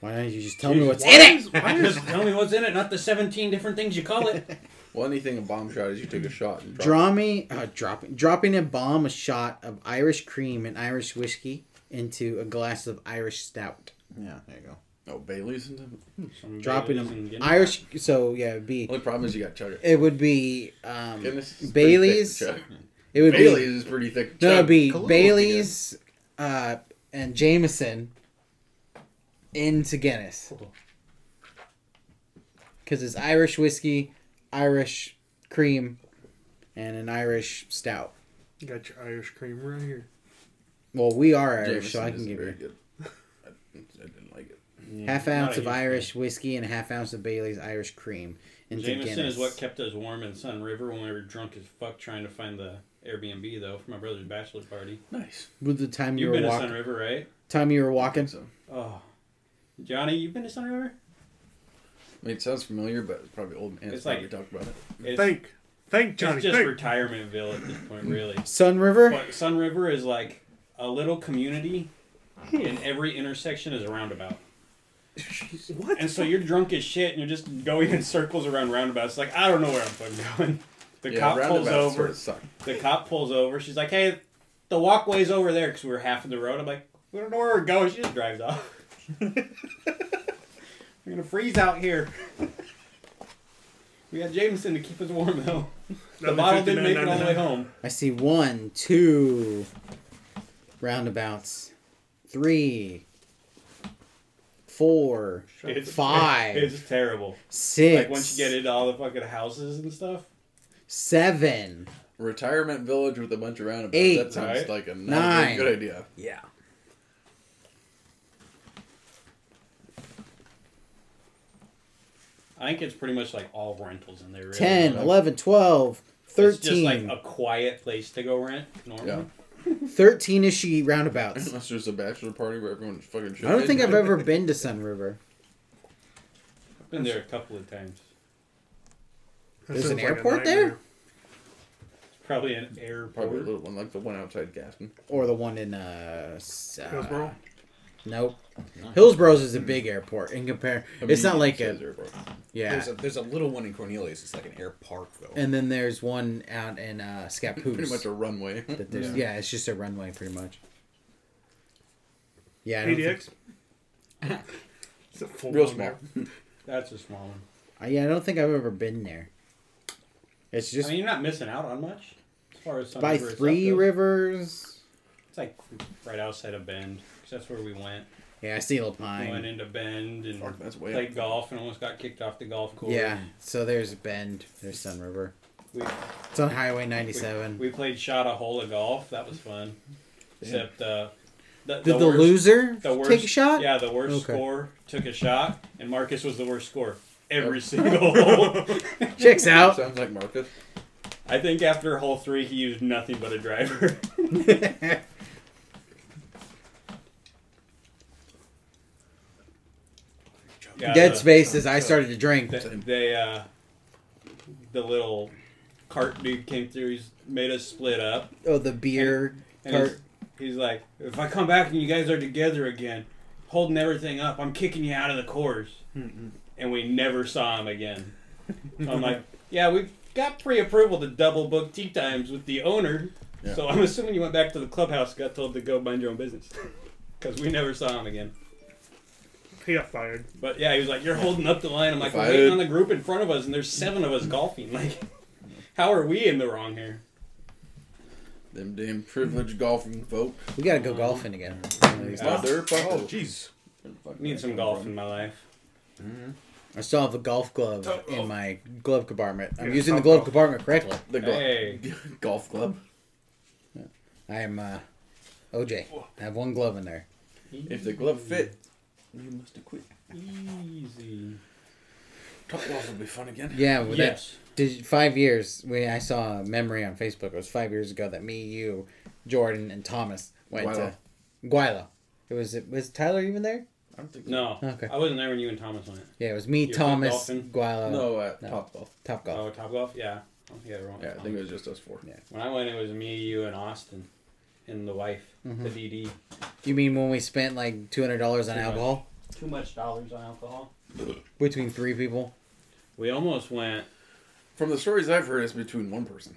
Why don't you just tell me what's Why in it? is- why is- Just tell me what's in it, not the 17 different things you call it. Well, anything a bomb shot is you take a shot and drop. Draw me, uh, dropping, dropping a bomb, a shot of Irish cream and Irish whiskey into a glass of Irish stout. Yeah, there you go. it. Oh, Bailey's. In the... Some Dropping Baileys and them Guinness. Irish. So yeah, it'd be Only problem is you got to chug it. it would be um, Guinness is pretty thick to Bailey's. chug. It would Bailey's is pretty thick. be no, No, it'd be Kahlua would be Bailey's uh, and Jameson into Guinness. because it's Irish whiskey, Irish cream, and an Irish stout. You got your Irish cream right here. Well, we are Irish, so I can give very you good. I, I didn't like it. half not ounce a of huge Irish whiskey and a half ounce of Bailey's Irish cream into Jameson Guinness. is what kept us warm in Sun River when we were drunk as fuck trying to find the Airbnb, though, for my brother's bachelor party. Nice. With the time you You've were been to Sun walking, River, right? time you were walking. So, Oh. Johnny, you've been to Sun River? I mean, it sounds familiar, but it's probably old man. It's It's like we like- talked about it. It's, Think. Think, it's Johnny. just Think. retirementville at this point, really. Sun River. But Sun River is like a little community, and every intersection is a roundabout. what? And so you're drunk as shit, and you're just going in circles around roundabouts. Like I don't know where I'm fucking going. The Yeah, cop pulls roundabouts over. Sort of suck. The cop pulls over. She's like, "Hey, the walkway's over there," because we were half of the road. I'm like, "We don't know where we're going." She just drives off. we're gonna freeze out here. We got Jameson to keep us warm though. The Another bottle didn't make it all the way $59.99. home. I see one, two roundabouts, three, four, It's five, It's terrible. six, Like once you get into all the fucking houses and stuff. seven. Retirement village with a bunch of roundabouts. Eight. that sounds Right. like a not Nine. A good idea. Yeah. I think it's pretty much like all rentals in there. Really. 10, Like, 11, 12, It's just 13. like a quiet place to go rent normally. Yeah. 13 ishy roundabouts. Unless there's a bachelor party where everyone's fucking. I don't shitting. think I've ever been to Sun River. I've been there a couple of times. That There's sounds an like a airport there? nightmare. It's probably an Probably a airport. little one like the one outside Gaston. Or the one in, uh. s- uh, Hillsboro? Nope. Hillsboro's is a big airport in compare. It's not like a. Yeah. There's a there's a little one in Cornelius. It's like an air park though. And then there's one out in uh, Scappoose. Pretty much a runway. that there's, yeah. it's just a runway, pretty much. Yeah. I don't think, PDX? It's a full Real blown small. airport. That's a small one. I, yeah, I don't think I've ever been there. It's I just mean, you're not missing out on much as far as Sun by River itself Three goes. Rivers. It's like right outside of Bend, 'cause that's where we went. Yeah, I see We went Lapine. into Bend and Fuck, that's way played up. golf and almost got kicked off the golf course. Yeah, so there's Bend, there's Sun River. We, It's on Highway 97. we played shot a hole of golf. That was fun. Except uh, the, Did the, worst- loser the worst, take a shot? Yeah, the worst Okay. score took a shot, and Marcus was the worst score every single hole. Checks out. Sounds like Marcus. I think after hole three, he used nothing but a driver. Yeah, Dead the- Space is I started to drink. They, they uh, the little cart dude came through. He's made us split up, Oh, the beer and cart. he's, he's like, "If I come back and you guys are together again, holding everything up, I'm kicking you out of the course." And we never saw him again. So I'm like, "Yeah, we got pre-approval to double book tea times with the owner, Yeah. so I'm assuming you went back to the clubhouse, got told to go mind your own business, because we never saw him again." He got fired. But yeah, he was like, "You're holding up the line." I'm If like, I "We're waiting had- on the group in front of us, and there's seven of us golfing. Like, how are we in the wrong here?" Them damn privileged golfing folk. We gotta go golfing again. Yeah. Mother Oh, fucker. jeez. Uh, Need some golf in my life. I still have a golf glove oh. in my glove compartment. I'm Yeah, using the golf glove glove. compartment correctly. The gol- Hey, golf club. I am uh, OJ. I have one glove in there. If the glove fit, you must have quit. easy. Top golf will be fun again. Yeah, well, that- Yes. did, five years. We I saw a memory on Facebook. It was five years ago that me, you, Jordan, and Thomas went to Guilo. It was it was Tyler even there? I don't think No, Okay. I wasn't there when you and Thomas went. Yeah, it was me, You Thomas, went golfing? Guilo, No, uh, No. top golf. Top Golf. Oh, top golf. Yeah, I don't think I ever went. Yeah, I with think it Thomas. was just us four. Yeah. when I went, it was me, you, and Austin, and the wife, Mm-hmm. the DD. You mean when we spent like two hundred dollars on Too much. alcohol Too much dollars on alcohol. between three people? We almost went. From the stories I've heard, it's between one person.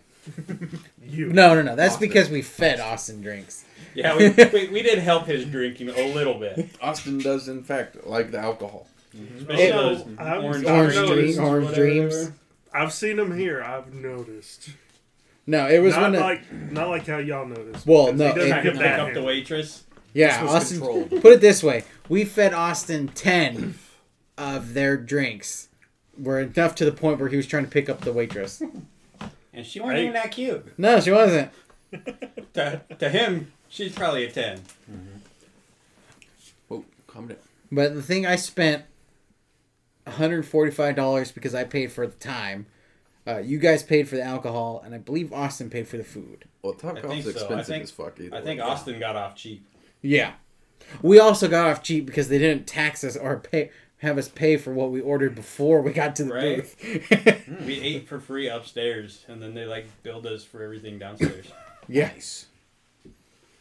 You. No, no, no. That's Austin. because we fed Austin drinks. Yeah, we, we, we did help his drinking a little bit. Austin does, in fact, like the alcohol. Especially It- those I was- orange, um, Orange, noticed, dream, drinks, orange whatever they dreams. were. I've seen him here. I've noticed. No, it was Not when. a- like not like how y'all noticed. Well, because no, he doesn't it- Trying to get pick that up the hand. waitress. yeah, was Austin. controlled. Put it this way: we fed Austin ten of their drinks. Were enough to the point where he was trying to pick up the waitress. And she wasn't Hey. even that cute. No, she wasn't. To, to him, she's probably a 10. Whoa, Oh, calm down. But the thing I spent $145 because I paid for the time. Uh, you guys paid for the alcohol, and I believe Austin paid for the food. Well, top I golf's think so. I expensive think- as fuck. Either I think way. Austin got off cheap. Yeah. We also got off cheap because they didn't tax us or pay have us pay for what we ordered before we got to the Right. booth. We ate for free upstairs, and then they like billed us for everything downstairs. yes.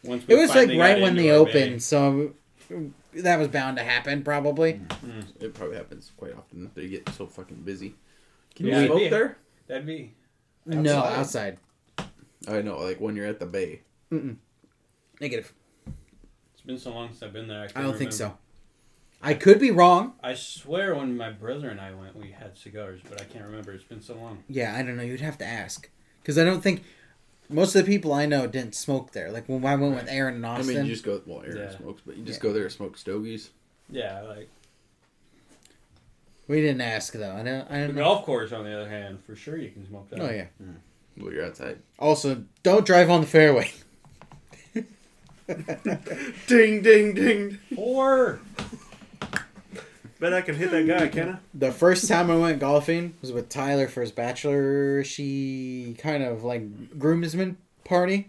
Once we It was like finally got right when into they our opened, so that was bound to happen probably. Mm. It probably happens quite often. They get so fucking busy. Can Yeah, you yeah. smoke there? bay. That'd be. No, outside. I know, like when you're at the bay. Negative. It's been so long since I've been there. I, I don't think remember. so. I could be wrong. I swear when my brother and I went, we had cigars, but I can't remember. It's been so long. Yeah, I don't know. You'd have to ask because I don't think most of the people I know didn't smoke there. Like when I went with Aaron and I Austin, mean, you just go. Well, Aaron Yeah. smokes, but you just Yeah. go there and smoke stogies. Yeah, like. we didn't ask though. I don't. I The don't know. golf course, on the other hand, for sure you can smoke that. Oh yeah. Well, you're outside. Also, don't drive on the fairway. Ding ding ding. Or. Bet I can hit that guy, can I? The first time I went golfing was with Tyler for his bachelor. She kind of like groomsman party.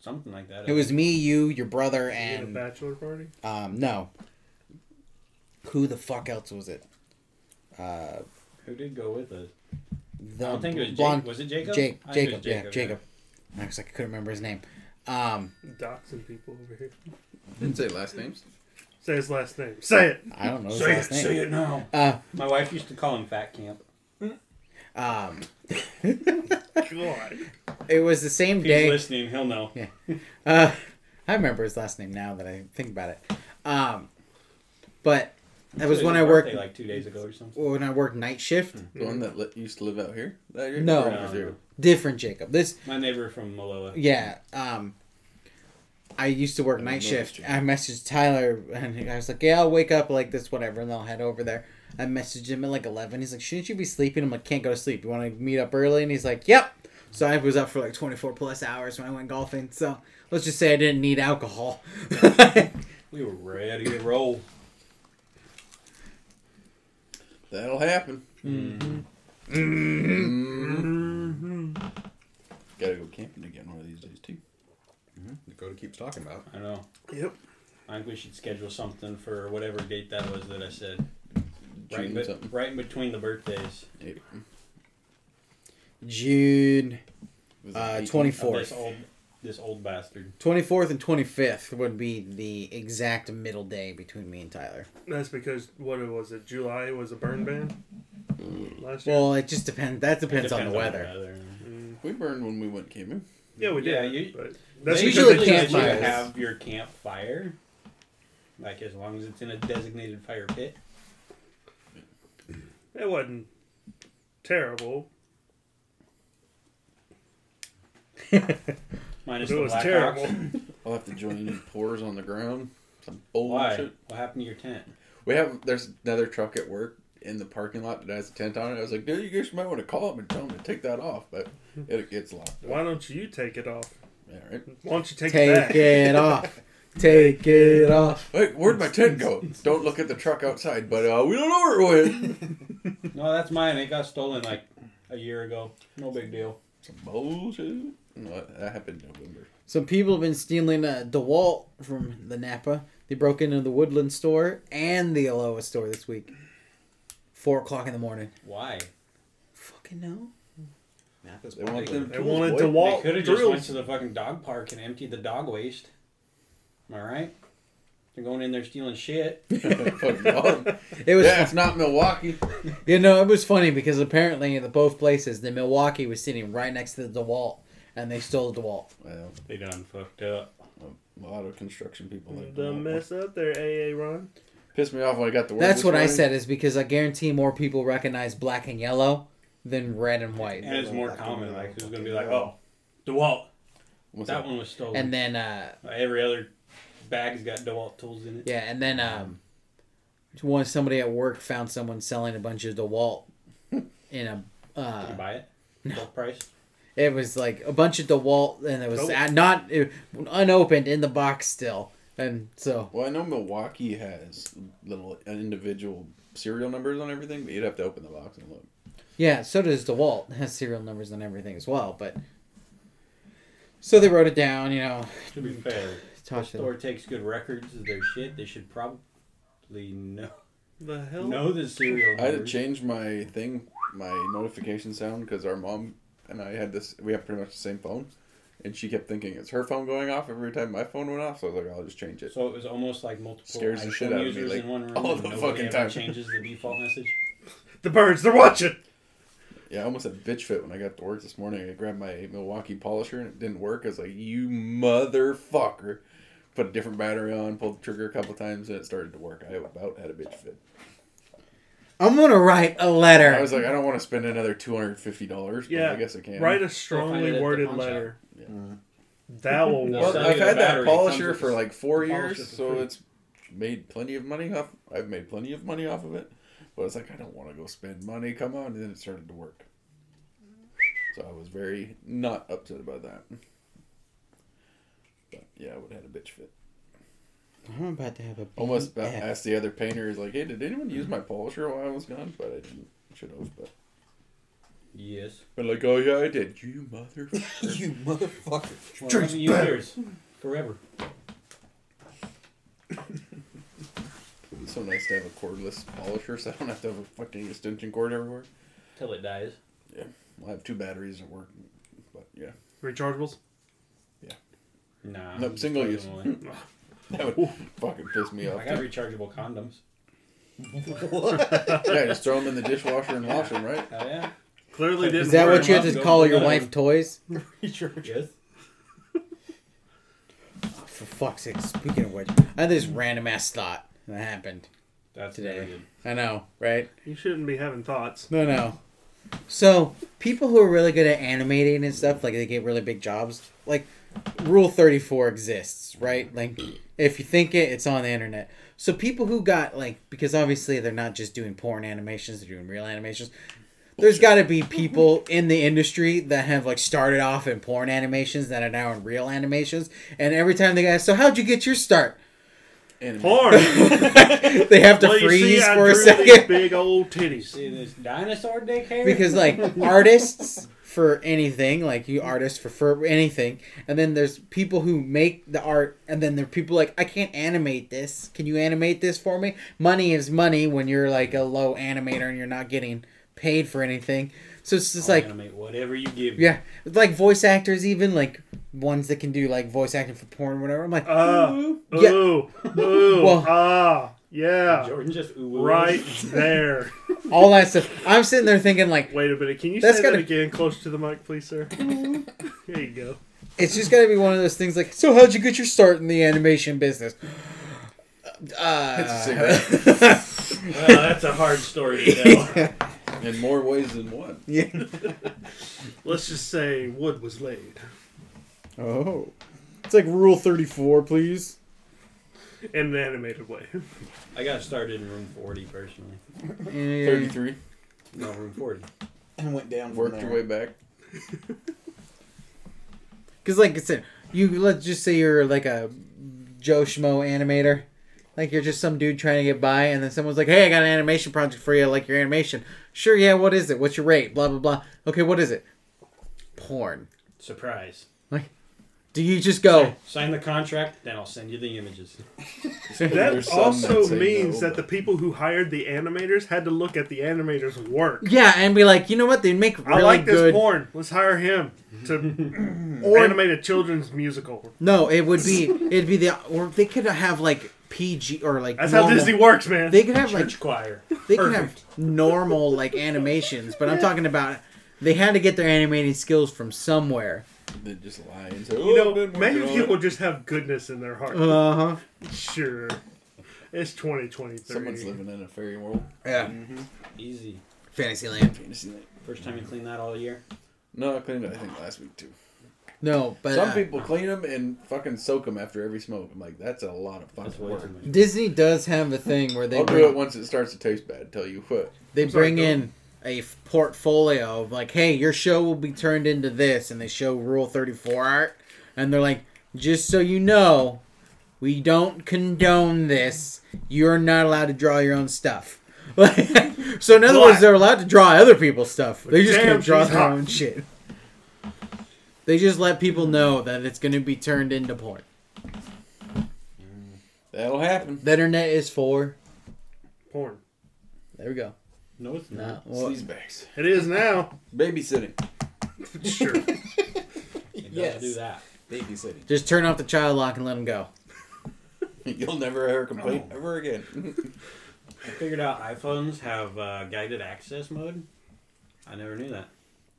Something like that. It was me, you, your brother, At a and bachelor party. um no. Who the fuck else was it? Uh, Who did go with us? the I don't think it was Um, blonde- Jake. Was it Jacob? Jake, I think it Jacob, was yeah, Jacob. I was like, I couldn't remember his name. Um, Doxing people over here. Didn't say last names. Say his last name. Say it. I don't know his Say it, last name. say it now. Uh, My wife used to call him Fat Camp. um, God. it was the same If day. he's listening, he'll know. Uh, I remember his last name now that I think about it. Um, but that was His when I birthday, Hmm. worked like two days ago or something. when I worked night shift. The one that li- used to live out here. That year? No. Or out here? Different Jacob. This My neighbor from Maloa. yeah. Um, I used to work night know shift. this I messaged Tyler and I was like, "Yeah, I'll wake up like this, whatever," and I'll head over there. I messaged him at like eleven. He's like, "Shouldn't you be sleeping?" I'm like, "Can't go to sleep. You want to meet up early?" And he's like, "Yep." So I was up for like 24 plus hours when I went golfing. So let's just say I didn't need alcohol. We were ready to roll. That'll happen. Mm-hmm. Mhm. Gotta go camping again one of these days too. Dakota keeps talking about. I know. Yep. I think we should schedule something for whatever date that was that I said. Right, June be- something. right in between the birthdays April. June Was it Uh, 18? of this 24th. old, this old bastard. 24th and 25th would be the exact middle day between me and Tyler. That's because what it was it? July was a burn ban last year. Well, it just depends. That depends, on the weather. We burned when we went camping. yeah, we did. yeah, you- but that's They because usually they let changed campfires. you have your campfire, Like as long as it's in a designated fire pit. It wasn't terrible. Minus It the was black terrible. ox. I'll have to join in pores on the ground. Some bullshit. Why? What happened to your tent? We have there's another truck at work in the parking lot that has a tent on it. I was like, dude, you guys might want to call him and tell him to take that off, but it gets locked. Up. Why don't you take it off? Yeah, right. Why don't you take, it Take back? it off. Take it off. Wait, where'd my tent go? Don't look at the truck outside, but uh, we don't know where it went. No, that's mine. It got stolen like a year ago. No big deal. Some bullshit. No, that happened in November. Some people have been stealing uh, DeWalt from the Napa. They broke into the Woodland store and the Aloha store this week. Four o'clock in the morning. Why? Fucking no. Napa's They want them They tools, wanted boy. to They walk could have just through. went to the fucking dog park and emptied the dog waste. Am I right? They're going in there stealing shit. Fucking dog. It was yeah, it's not Milwaukee. You know, it was funny because apparently in the both places, the Milwaukee was sitting right next to the DeWalt, and they stole the DeWalt. Well, They done fucked up. a lot of construction people like The Milwaukee. mess up there, AA Ron. Pissed me off when I got the word. That's this what I morning. said is because I guarantee more people recognize black and yellow than red and white. And it's more common. Like, who's going to be like, oh, DeWalt. What's That that? one was stolen. And then uh Every other bag's got DeWalt tools in it. yeah, and then um one somebody at work found someone selling a bunch of DeWalt in a Did uh you buy it? Bulk price? it was like a bunch of DeWalt and it was Oh. Nope. uh, not it, unopened in the box still. And so Well, I know Milwaukee has little individual serial numbers on everything, but you'd have to open the box and look. Yeah, so does DeWalt. It has serial numbers and everything as well, but so they wrote it down, you know. To be fair, Tosh store takes good records of their shit. They should probably know The hell? know the serial I had to numbers. change my thing, my notification sound, because our mom and I had this. We have pretty much the same phone, and she kept thinking it's her phone going off every time my phone went off. So I was like, I'll just change it. So it was almost like multiple Scares the iPhone shit out of me, users like, in one room. all and the nobody fucking ever time. changes the default message. The birds, they're watching. Yeah, I almost had a bitch fit when I got to work this morning. I grabbed my Milwaukee polisher and it didn't work. I was like, you motherfucker. Put a different battery on, pulled the trigger a couple times, and it started to work. I about had a bitch fit. I'm gonna write a I letter. was like, I don't want to spend another two hundred fifty dollars. Yeah, Yeah, I guess I can. Write a They'll find it strongly at the worded pawn letter. Mm-hmm. shop. That will No, Well, work. Sell I've you the had that battery, it comes polisher with for the- like four the polisher years, for so free. it's made plenty of money off. I've made plenty of money off of it, but it's like I don't want to go spend money. Come on, and then it started to work. So I was very not upset about that. But yeah, I would have had a bitch fit. I'm about to have a Almost about BF. asked the other painter, "Is like, hey, did anyone use my polisher while I was gone?" But I didn't. Should have. But Yes. but like, oh yeah, I did. You motherfucker. you motherfucker. Well, Drinks years. Forever. It's so nice to have a cordless polisher, so I don't have to have a fucking extension cord everywhere. Till it dies. I'll have two batteries at work, but yeah, Rechargeables. Nah. Nope, I'm single just use. throwing them away. that would fucking piss me off. I got too. rechargeable condoms. Yeah, just throw them in the dishwasher and wash them, right? Hell yeah. Clearly didn't Is that work. what you have to call your wife toys? Yes. For fuck's sake! Speaking of which, I had this random ass thought that happened That's Today. today. Good. I know, right? You shouldn't be having thoughts. No, no. So people who are really good at animating and stuff, like they get really big jobs. Like Rule Thirty Four exists, right? Like if you think it, it's on the internet. So people who got like because obviously they're not just doing porn animations; they're doing real animations. There's got to be people in the industry that have like started off in porn animations that are now in real animations, and every time they ask, "So how'd you get your start?" And Porn. they have to well, you freeze see, I for a drew second. these big old titties. See this dinosaur dick hair? because like artists for anything like you artists for, for anything and then there's people who make the art and then there are people like i can't animate this can you animate this for me money is money when you're like a low animator and you're not getting paid for anything so it's just I'll like animate whatever you give me. yeah it's like voice actors even like ones that can do like voice acting for porn or whatever i'm like Ah. Yeah. Ooh. Ooh. Well- ah. Yeah. Jordan just ooh Right there. all that stuff i'm sitting there thinking like Wait a minute. Can you That's say gotta- Mm-hmm. that again, close to the mic, please, sir? there you go. it's just gotta be one of those things like so how'd you get your start in the animation business a Uh, cigarette Well, that's a hard story to tell. in more ways than one. Let's just say wood was laid. Oh. It's like Rule 34, please. In an animated way. I got started in room 40 personally. yeah. Thirty-three. No, room 40. and went down from Worked there. your way back. Because, like I said, you let's just say you're like a Joe Schmo animator. Like you're just some dude trying to get by, and then someone's like, "Hey, I got an animation project for you. I like your animation." Sure, yeah. What is it? What's your rate? Blah blah blah. Okay, what is it? Porn. Surprise. Do you just go? Sign the contract, then I'll send you the images. That There's some also that say means no, that the people who hired the animators had to look at the animators' work. Yeah, and be like, you know what? They make really I like this good. porn. Let's hire him to Or- animate a children's musical. No, it would be it'd be the or they could have like PG or like That's how normal- Disney works, man. They could have like Church choir. they could have normal like animations, but I'm talking about they had to get their animating skills from somewhere. They just lie and say, oh, you know, I've been working maybe on people it." just have goodness in their heart. Uh huh. Uh-huh. sure. It's 2023. Someone's living in a fairy world. Yeah. Easy. Fantasyland. Fantasyland. First time you clean that all year. No, I cleaned it. I think last week too. No, but Some uh, people clean them and fucking soak them after every smoke. I'm like, that's a lot of That's fucking way work. too much. Disney does have a thing where they I'll do it bring, once it starts to taste bad. Tell you what. they sorry, bring go. in a f- portfolio of like, hey, your show will be turned into this, and they show Rule Thirty Four art, and they're like, just so you know, we don't condone this. You're not allowed to draw your own stuff. so in other words, Why? they're allowed to draw other people's stuff. They just Damn, can't draw she's their hot. own shit. They just let people know that it's going to be turned into porn. That'll happen. The internet is for. porn. There we go. No, it's No, not. well, bags. It is now. Babysitting. Sure. It Yes. does do that. Babysitting. Just turn off the child lock and let him go. You'll never ever complain ever again. I figured out iPhones have uh, guided access mode. I never knew that.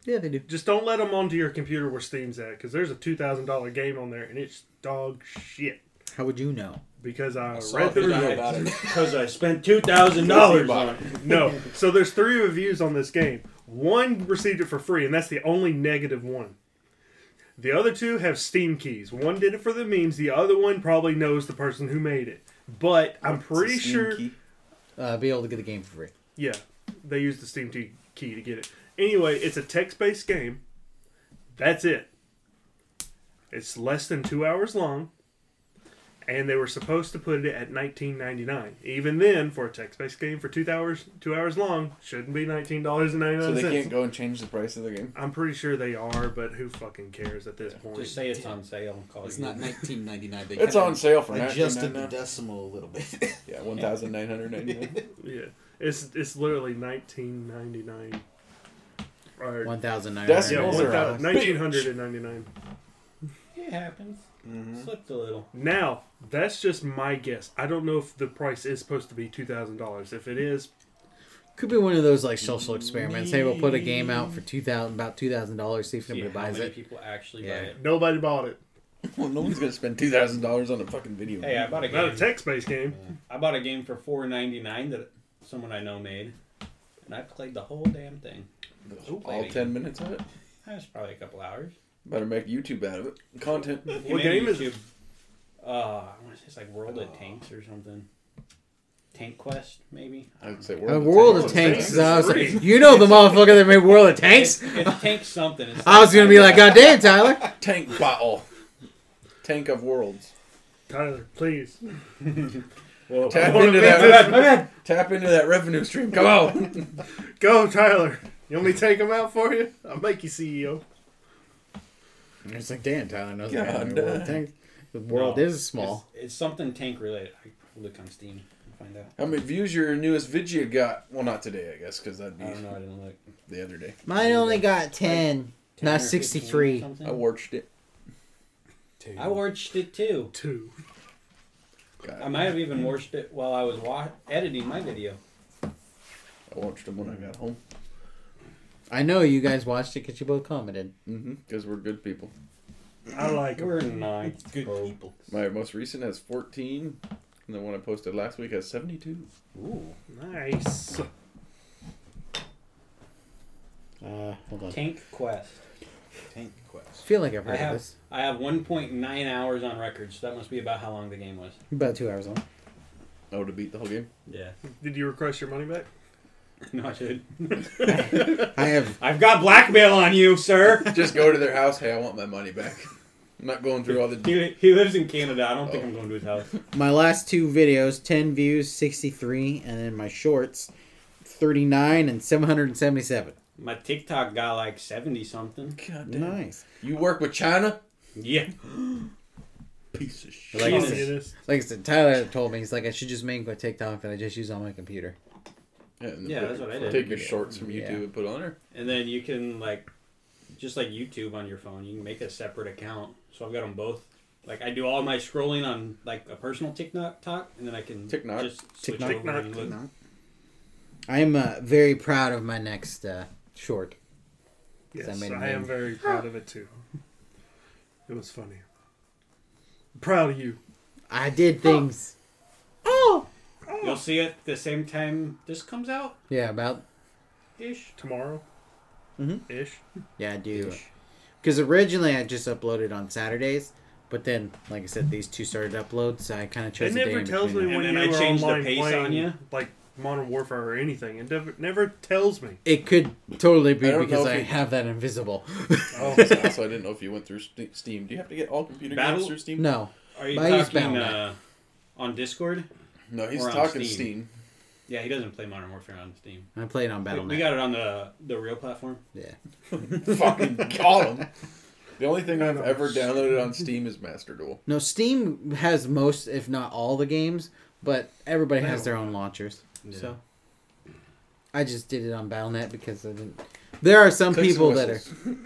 Yeah, they do. Just don't let them onto your computer where Steam's at, because there's a $2,000 game on there, and it's dog shit. How would you know? Because I, saw read a the video review. about it. Because I spent two thousand dollars on it. No. So there's three reviews on this game. One received it for free, and that's the only negative one. The other two have Steam keys. One did it for the memes. The other one probably knows the person who made it. But I'm pretty Steam sure. key. Uh, be able to get the game for free. Yeah, they use the Steam key key to get it. Anyway, it's a text-based game. That's it. It's less than two hours long, and they were supposed to put it at 19.99. Even then, for a text-based game for two hours, two hours long, shouldn't be nineteen dollars and So ninety-nine they can't cents. go and change the price of the game. I'm pretty sure they are, but who fucking cares at this point? Just say it's on sale and call It's you. not 1999. They It's kinda on sale for Adjusted the 19.99. decimal a little bit. Yeah, one thousand nine hundred ninety-nine. yeah, it's it's literally 19.99. Or, One thousand nine That's- yeah, hundred. Those one are thousand- a 1999. It happens. Slipped a little. Now, that's just my guess. I don't know if the price is supposed to be two thousand dollars. If it is, Could be one of those like social experiments. Hey, we'll put a game out for two thousand, about two thousand dollars. See if See nobody how buys many it. people actually Yeah. buy it. nobody bought it. well, no one's gonna spend two thousand dollars on a fucking video. Hey, I game. bought a Not a game. text-based game. I bought a game for four ninety nine that someone I know made, and I played the whole damn thing. all ten minutes of it. That was probably a couple hours. Better make YouTube out of it. Content. He What made a game is it? YouTube- Uh, I want to say it's like World Oh. of Tanks or something. Tank Quest, maybe. I I don't would say A World of Tanks. Tanks. Tanks I was is like, you know the motherfucker that made World of know. Tanks. It's, it's Tank something. It's I was gonna be like, God damn, Tyler. Tank bottle. Tank of worlds. Tyler, please. tap wanna into make that. this- rev- Tap into that revenue stream. Come on. Go, Tyler. You want me to take him out for you? I'll make you E CEO. It's like, damn, Tyler knows that guy made God. World of Tanks. The No, world is small. It's, it's something tank related. I can look on Steam and find out. How many views your newest video got? Well, not today, I guess, because that'd be I don't know. I didn't look. the other day. Mine only got ten, 10 or not 15 or sixty-three. something. I watched it. I watched it too. Two. God, I might have even watched it while I was wa- editing my video. I watched them when I got home. I know you guys watched it because you both commented. Because Mm-hmm, we're good people. I like him. We're not Good people. My most recent has 14. And the one I posted last week has 72. Ooh. Nice. Uh, hold on. Tank Quest. Tank Quest. feel like I've heard I of have this. I have 1.9 hours on record, so that must be about how long the game was. About two hours long. Oh, to beat the whole game? Yeah. Did you request your money back? No, I should. I have. I've got blackmail on you, sir. Just go to their house. Hey, I want my money back. I'm not going through all the. He, he lives in Canada. I don't think I'm going to his house. My last two videos, 10 views, 63, and then my shorts, 39 and 777. My TikTok got like 70 something. God damn. Nice. You work with China? Yeah. Piece of shit. Like I, Jesus. said, Communist. like I said, Tyler told me, he's like, I should just make my TikTok that I just use on my computer. Yeah, and Yeah, put- that's what I did. Take your shorts from YouTube Yeah. and put it on there. And then you can like, just like YouTube on your phone, you can make a separate account. So I've got them both. Like I do all my scrolling on like a personal TikTok, talk, and then I can TikTok. just switch TikTok. over and look. I am uh, very proud of my next uh, short. Yes, made I me- am very proud of it too. It was funny. Proud of you. I did things. You'll see it the same time this comes out Yeah, about ish. Tomorrow. Mhm. Ish. yeah, I do. Because originally I just uploaded on Saturdays, but then, like I said, these two started to upload, so I kind of chose. It a day never in tells me between them. when And you then I were changed the online pace playing on ya. like Modern Warfare or anything. It never, never tells me. It could totally be I don't because know if I it- have that invisible. Oh. also, I didn't know if you went through Ste- Steam. Do you have to get all computer Battle- games through Steam? no, Are you But I use talking Battle.net. uh, on Discord? No, he's Or on talking Steam. Steam. Yeah, he doesn't play Modern Warfare on Steam. I played on We, Battle.net. we got it on the the real platform. yeah, Fucking got him. The only thing I've No. ever downloaded on Steam is Master Duel. no, Steam has most, if not all, the games, but everybody has their own launchers. So I just did it on Battle.net because I didn't. There are some Clicks and people that are. whistles.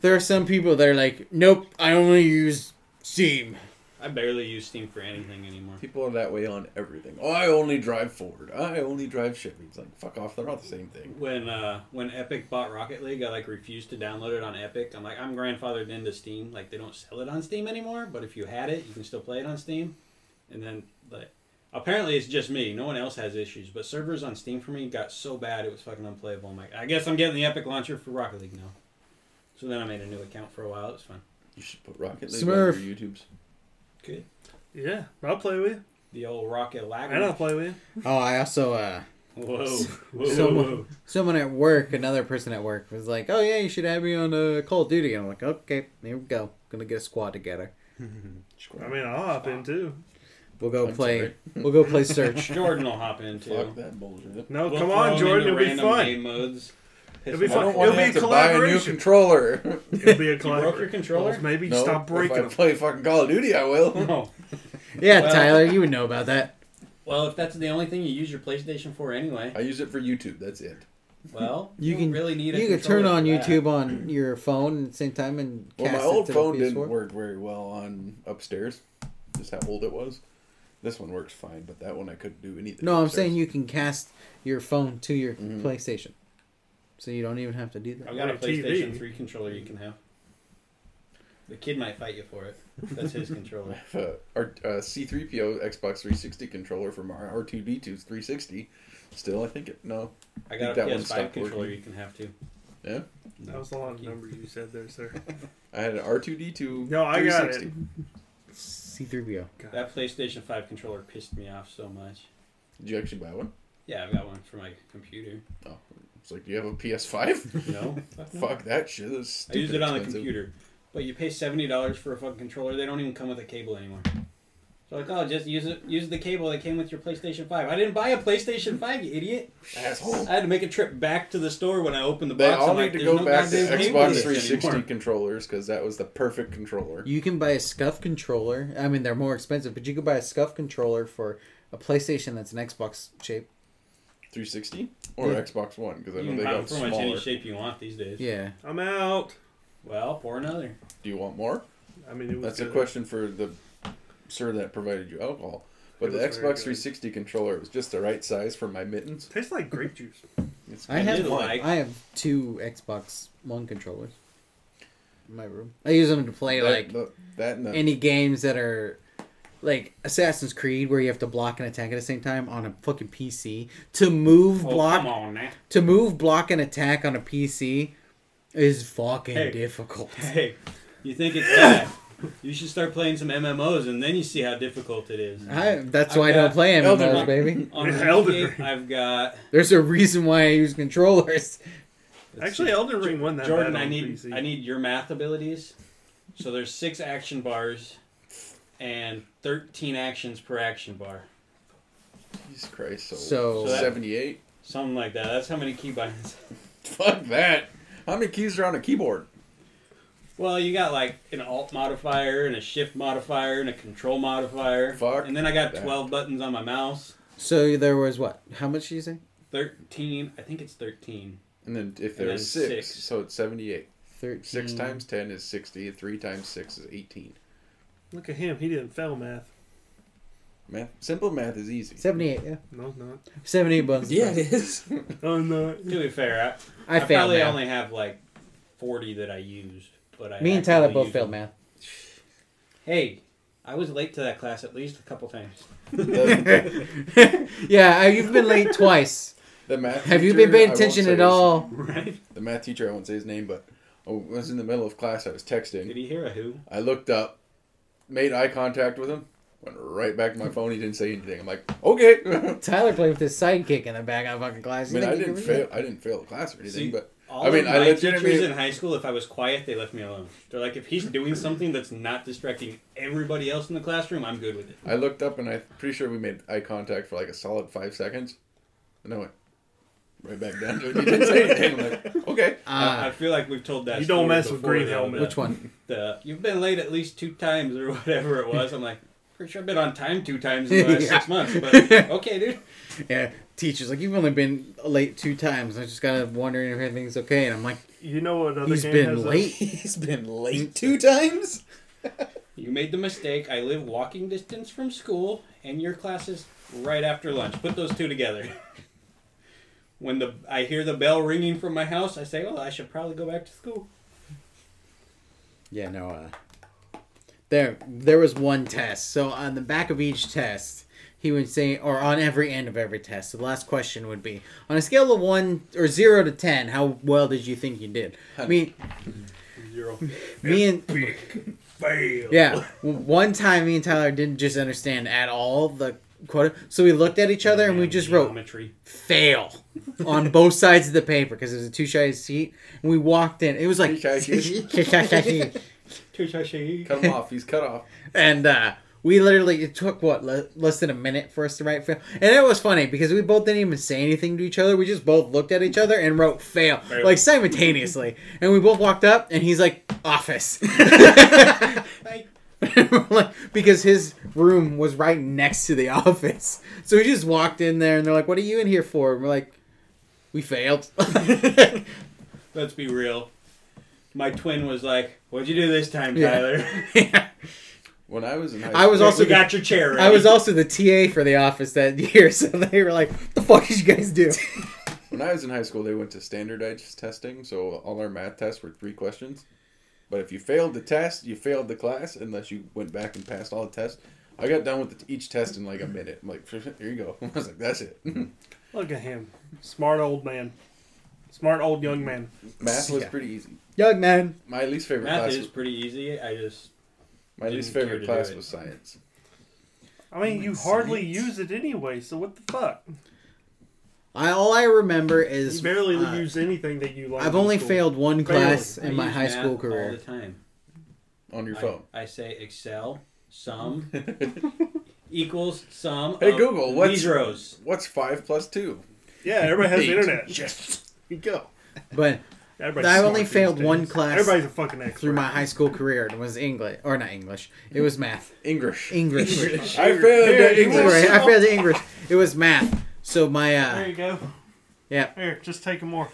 There are some people that are like, nope, I only use Steam. I barely use Steam for anything anymore. People are that way on everything. Oh, I only drive Ford. I only drive Chevy. It's like, fuck off. They're all the same thing. When uh, when Epic bought Rocket League, I like refused to download it on Epic. I'm like, I'm grandfathered into Steam. Like they don't sell it on Steam anymore, but if you had it, you can still play it on Steam. And then like, apparently it's just me. No one else has issues, but servers on Steam for me got so bad it was fucking unplayable. I'm like, I guess I'm getting the Epic launcher for Rocket League now. So then I made a new account for a while. It was fun. You should put Rocket League Smurf. on your YouTubes. Good. Yeah, I'll play with you. The old Rocket Lag. And I'll play with you. Oh, I also uh, Whoa. Whoa. Someone- someone at work, another person at work, was like, "Oh yeah, you should have me on uh, Call of Duty." And I'm like, "Okay, here we go. Gonna get a squad together. I mean, I'll hop in too. We'll go I'm play. sorry. We'll go play Search." Jordan will hop in too. Fuck that bullshit. No, We'll Oh, come throw on, him into Jordan. It'll be random fun. Game modes. It'll be I Piss fun. don't him off. want It'll to be have a to buy a new collaboration. controller. It'll be a You broke your collaboration. controller? Maybe No, stop breaking If I them. play fucking Call of Duty, I will. No. yeah, Well- Tyler, you would know about that. Well, if that's the only thing you use your PlayStation for anyway, I use it for YouTube. That's it. well, You you, can- can really need. a You could turn controller on for that. YouTube on your phone at the same time and Well, cast my it old to phone the didn't PS4. work very well on upstairs. Just how old it was. This one works fine, but that one I couldn't do anything. No, I'm upstairs. saying you can cast your phone to your Mm-hmm. PlayStation, so you don't even have to do that. I've got a Or a TV. PlayStation Three controller you can have. The kid might fight you for it. That's his controller. uh, our uh, C3PO Xbox 360 controler from our R2D2's 360. Still, I think it. No. I got a That one PS5 stopped controller working. you can have too. Yeah. That was a lot of numbers you said there, sir. I had an R2D2. No, I got it. 360. C3PO. That PlayStation Five controller pissed me off so much. Did you actually buy one? Yeah, I've got one for my computer. Oh. It's like, do you have a PS5? No, no. Fuck that shit. That's I stupid used it on the expensive. computer. But you pay seventy dollars for a fucking controller. They don't even come with a cable anymore. So like, oh, just use it. Use the cable that came with your PlayStation Five. I didn't buy a PlayStation Five, you idiot. Asshole. I had to make a trip back to the store when I opened the They box. all I'm like, need to "There's go no back to goddamn cable for Xbox this 360 anymore." controllers because that was the perfect controller. You can buy a scuff controller. I mean, they're more expensive, but you could buy a scuff controller for a PlayStation that's an Xbox shape. 360 or Yeah. Xbox One because I You know can they buy got pretty much any smaller. shape you want these days. Yeah. I'm out. Well, pour another. Do you want more? I mean, it was That's a good. question for the sir that provided you alcohol. But It the was very Xbox good. 360 controller was just the right size for my mittens. Tastes like grape juice. It's I kinda have did fun. like- I have two Xbox One controllers in my room. I use them to play that, like the- that and the, any games that are like Assassin's Creed where you have to block and attack at the same time on a fucking PC to move Oh, block come on now. to move block and attack on a PC is fucking Hey. difficult. Hey, you think it's bad? you should start playing some MMOs, and then you see how difficult it is. I, that's I've why I don't got play Elden MMOs, Ring. baby. On Yeah, the Elden Elden Ring. I've got. There's a reason why I use controllers. let's Actually, see. Elden Ring won that. Jordan, battle I on need PC. I need your math abilities. So there's six action bars, and thirteen actions per action bar, Jesus Christ. So, So- 78? something like that. That's how many keybinds. Fuck that. How many keys are on a keyboard? Well, you got like an alt modifier and a shift modifier and a control modifier. Fuck And then I got that. twelve buttons on my mouse. So there was what? How much did you say? Thirteen. I think it's thirteen. And then if And there's then six, six. so it's 78. Thirteen. Six times 10 is 60. Three times six is 18. Look at him. He didn't fail math. Math, simple math is easy. seventy-eight. Yeah, No, it's not. seventy-eight buttons. it is. Oh no. To be fair, I, I, failed probably math. only have like 40 that I used, but I Me and actively Tyler both use failed them. math. Hey, I was late to that class at least a couple times. The, yeah, I- you've been late twice. the math Have you teacher, been I paying won't attention say at his- all? Right? The math teacher, I won't say his name, but I was in the middle of class. I was texting. Did he hear a who? I looked up, made eye contact with him, went right back to my phone. He didn't say anything. I'm like, okay. I Tyler played with his sidekick in the back of fucking class. You mean, I think he didn't can fail. read I didn't fail the class or anything, See, but All I mean, of I my legitimately- teachers in high school, if I was quiet, they left me alone. They're like, if he's doing something that's not distracting everybody else in the classroom, I'm good with it. I looked up and I'm pretty sure we made eye contact for like a solid five seconds, and I went right back down to it. He didn't say anything. I'm like, okay. I Ah, feel like we've told that. You don't story mess with before, green though, helmet. the- which one? The, you've been late at least two times or whatever it was. I'm like, pretty sure I've been on time two times in the last six months, but okay, dude. Yeah, teachers like you've only been late two times. I just gotta wondering if everything's okay, and I'm like, You know what other he's game been has that? late. He's been late two times. You made the mistake. I live walking distance from school, and your class is right after lunch. Put those two together. when the I hear the bell ringing from my house, I say, "Well, I should probably go back to school." Yeah, no. Uh, there, there was one test. So on the back of each test, he would say, or on every end of every test, the last question would be, on a scale of one or zero to ten, how well did you think you did? I mean, Zero. me and Fail. yeah, w- one time me and Tyler didn't just understand at all the quote, so we looked at each other and we just wrote geometry. fail on both sides of the paper because it was a two sided seat. And we walked in, it was like Cut him off. He's cut off. and uh, we literally it took what le- less than a minute for us to write fail, and it was funny because we both didn't even say anything to each other. We just both looked at each other and wrote fail Fail. like simultaneously, and we both walked up, and he's like office. Like, like, because his room was right next to the office, so we just walked in there, and they're like, "What are you in here for?" And we're like, "We failed." let's be real. My twin was like, "What'd you do this time, Yeah. Tyler?" When I was in high I was We also the- got your chair. Ready. I was also the TA for the office that year, so they were like, "What the fuck did you guys do?" When I was in high school, they went to standardized testing, so all our math tests were three questions. But if you failed the test, you failed the class unless you went back and passed all the tests. I got done with each test in like a minute. I'm like, here you go. I was like, that's it. Look at him. Smart old man. Smart old young man. math was Yeah. pretty easy. Young man. My least favorite Math class. is Was, pretty easy. I just my least didn't favorite care to do class it. was science. I mean, you hardly use it anyway, so what the fuck? I all I remember You is barely uh, use anything that you learned. I've in only school. failed one class I in my use high math school all the career. time. On your I- phone. I, say Excel sum equals sum. Hey, of Google, what's- these rows? What's five plus two? Yeah, everybody has the Eight. internet. Yes. You go. But Everybody's I've smart only these failed days. one class Everybody's a fucking expert. through my high school career, it was English or not English. It was math. English. English. English. I failed at English. I failed the English. It was math. So my There uh, you go. Yeah. Here, just take them more.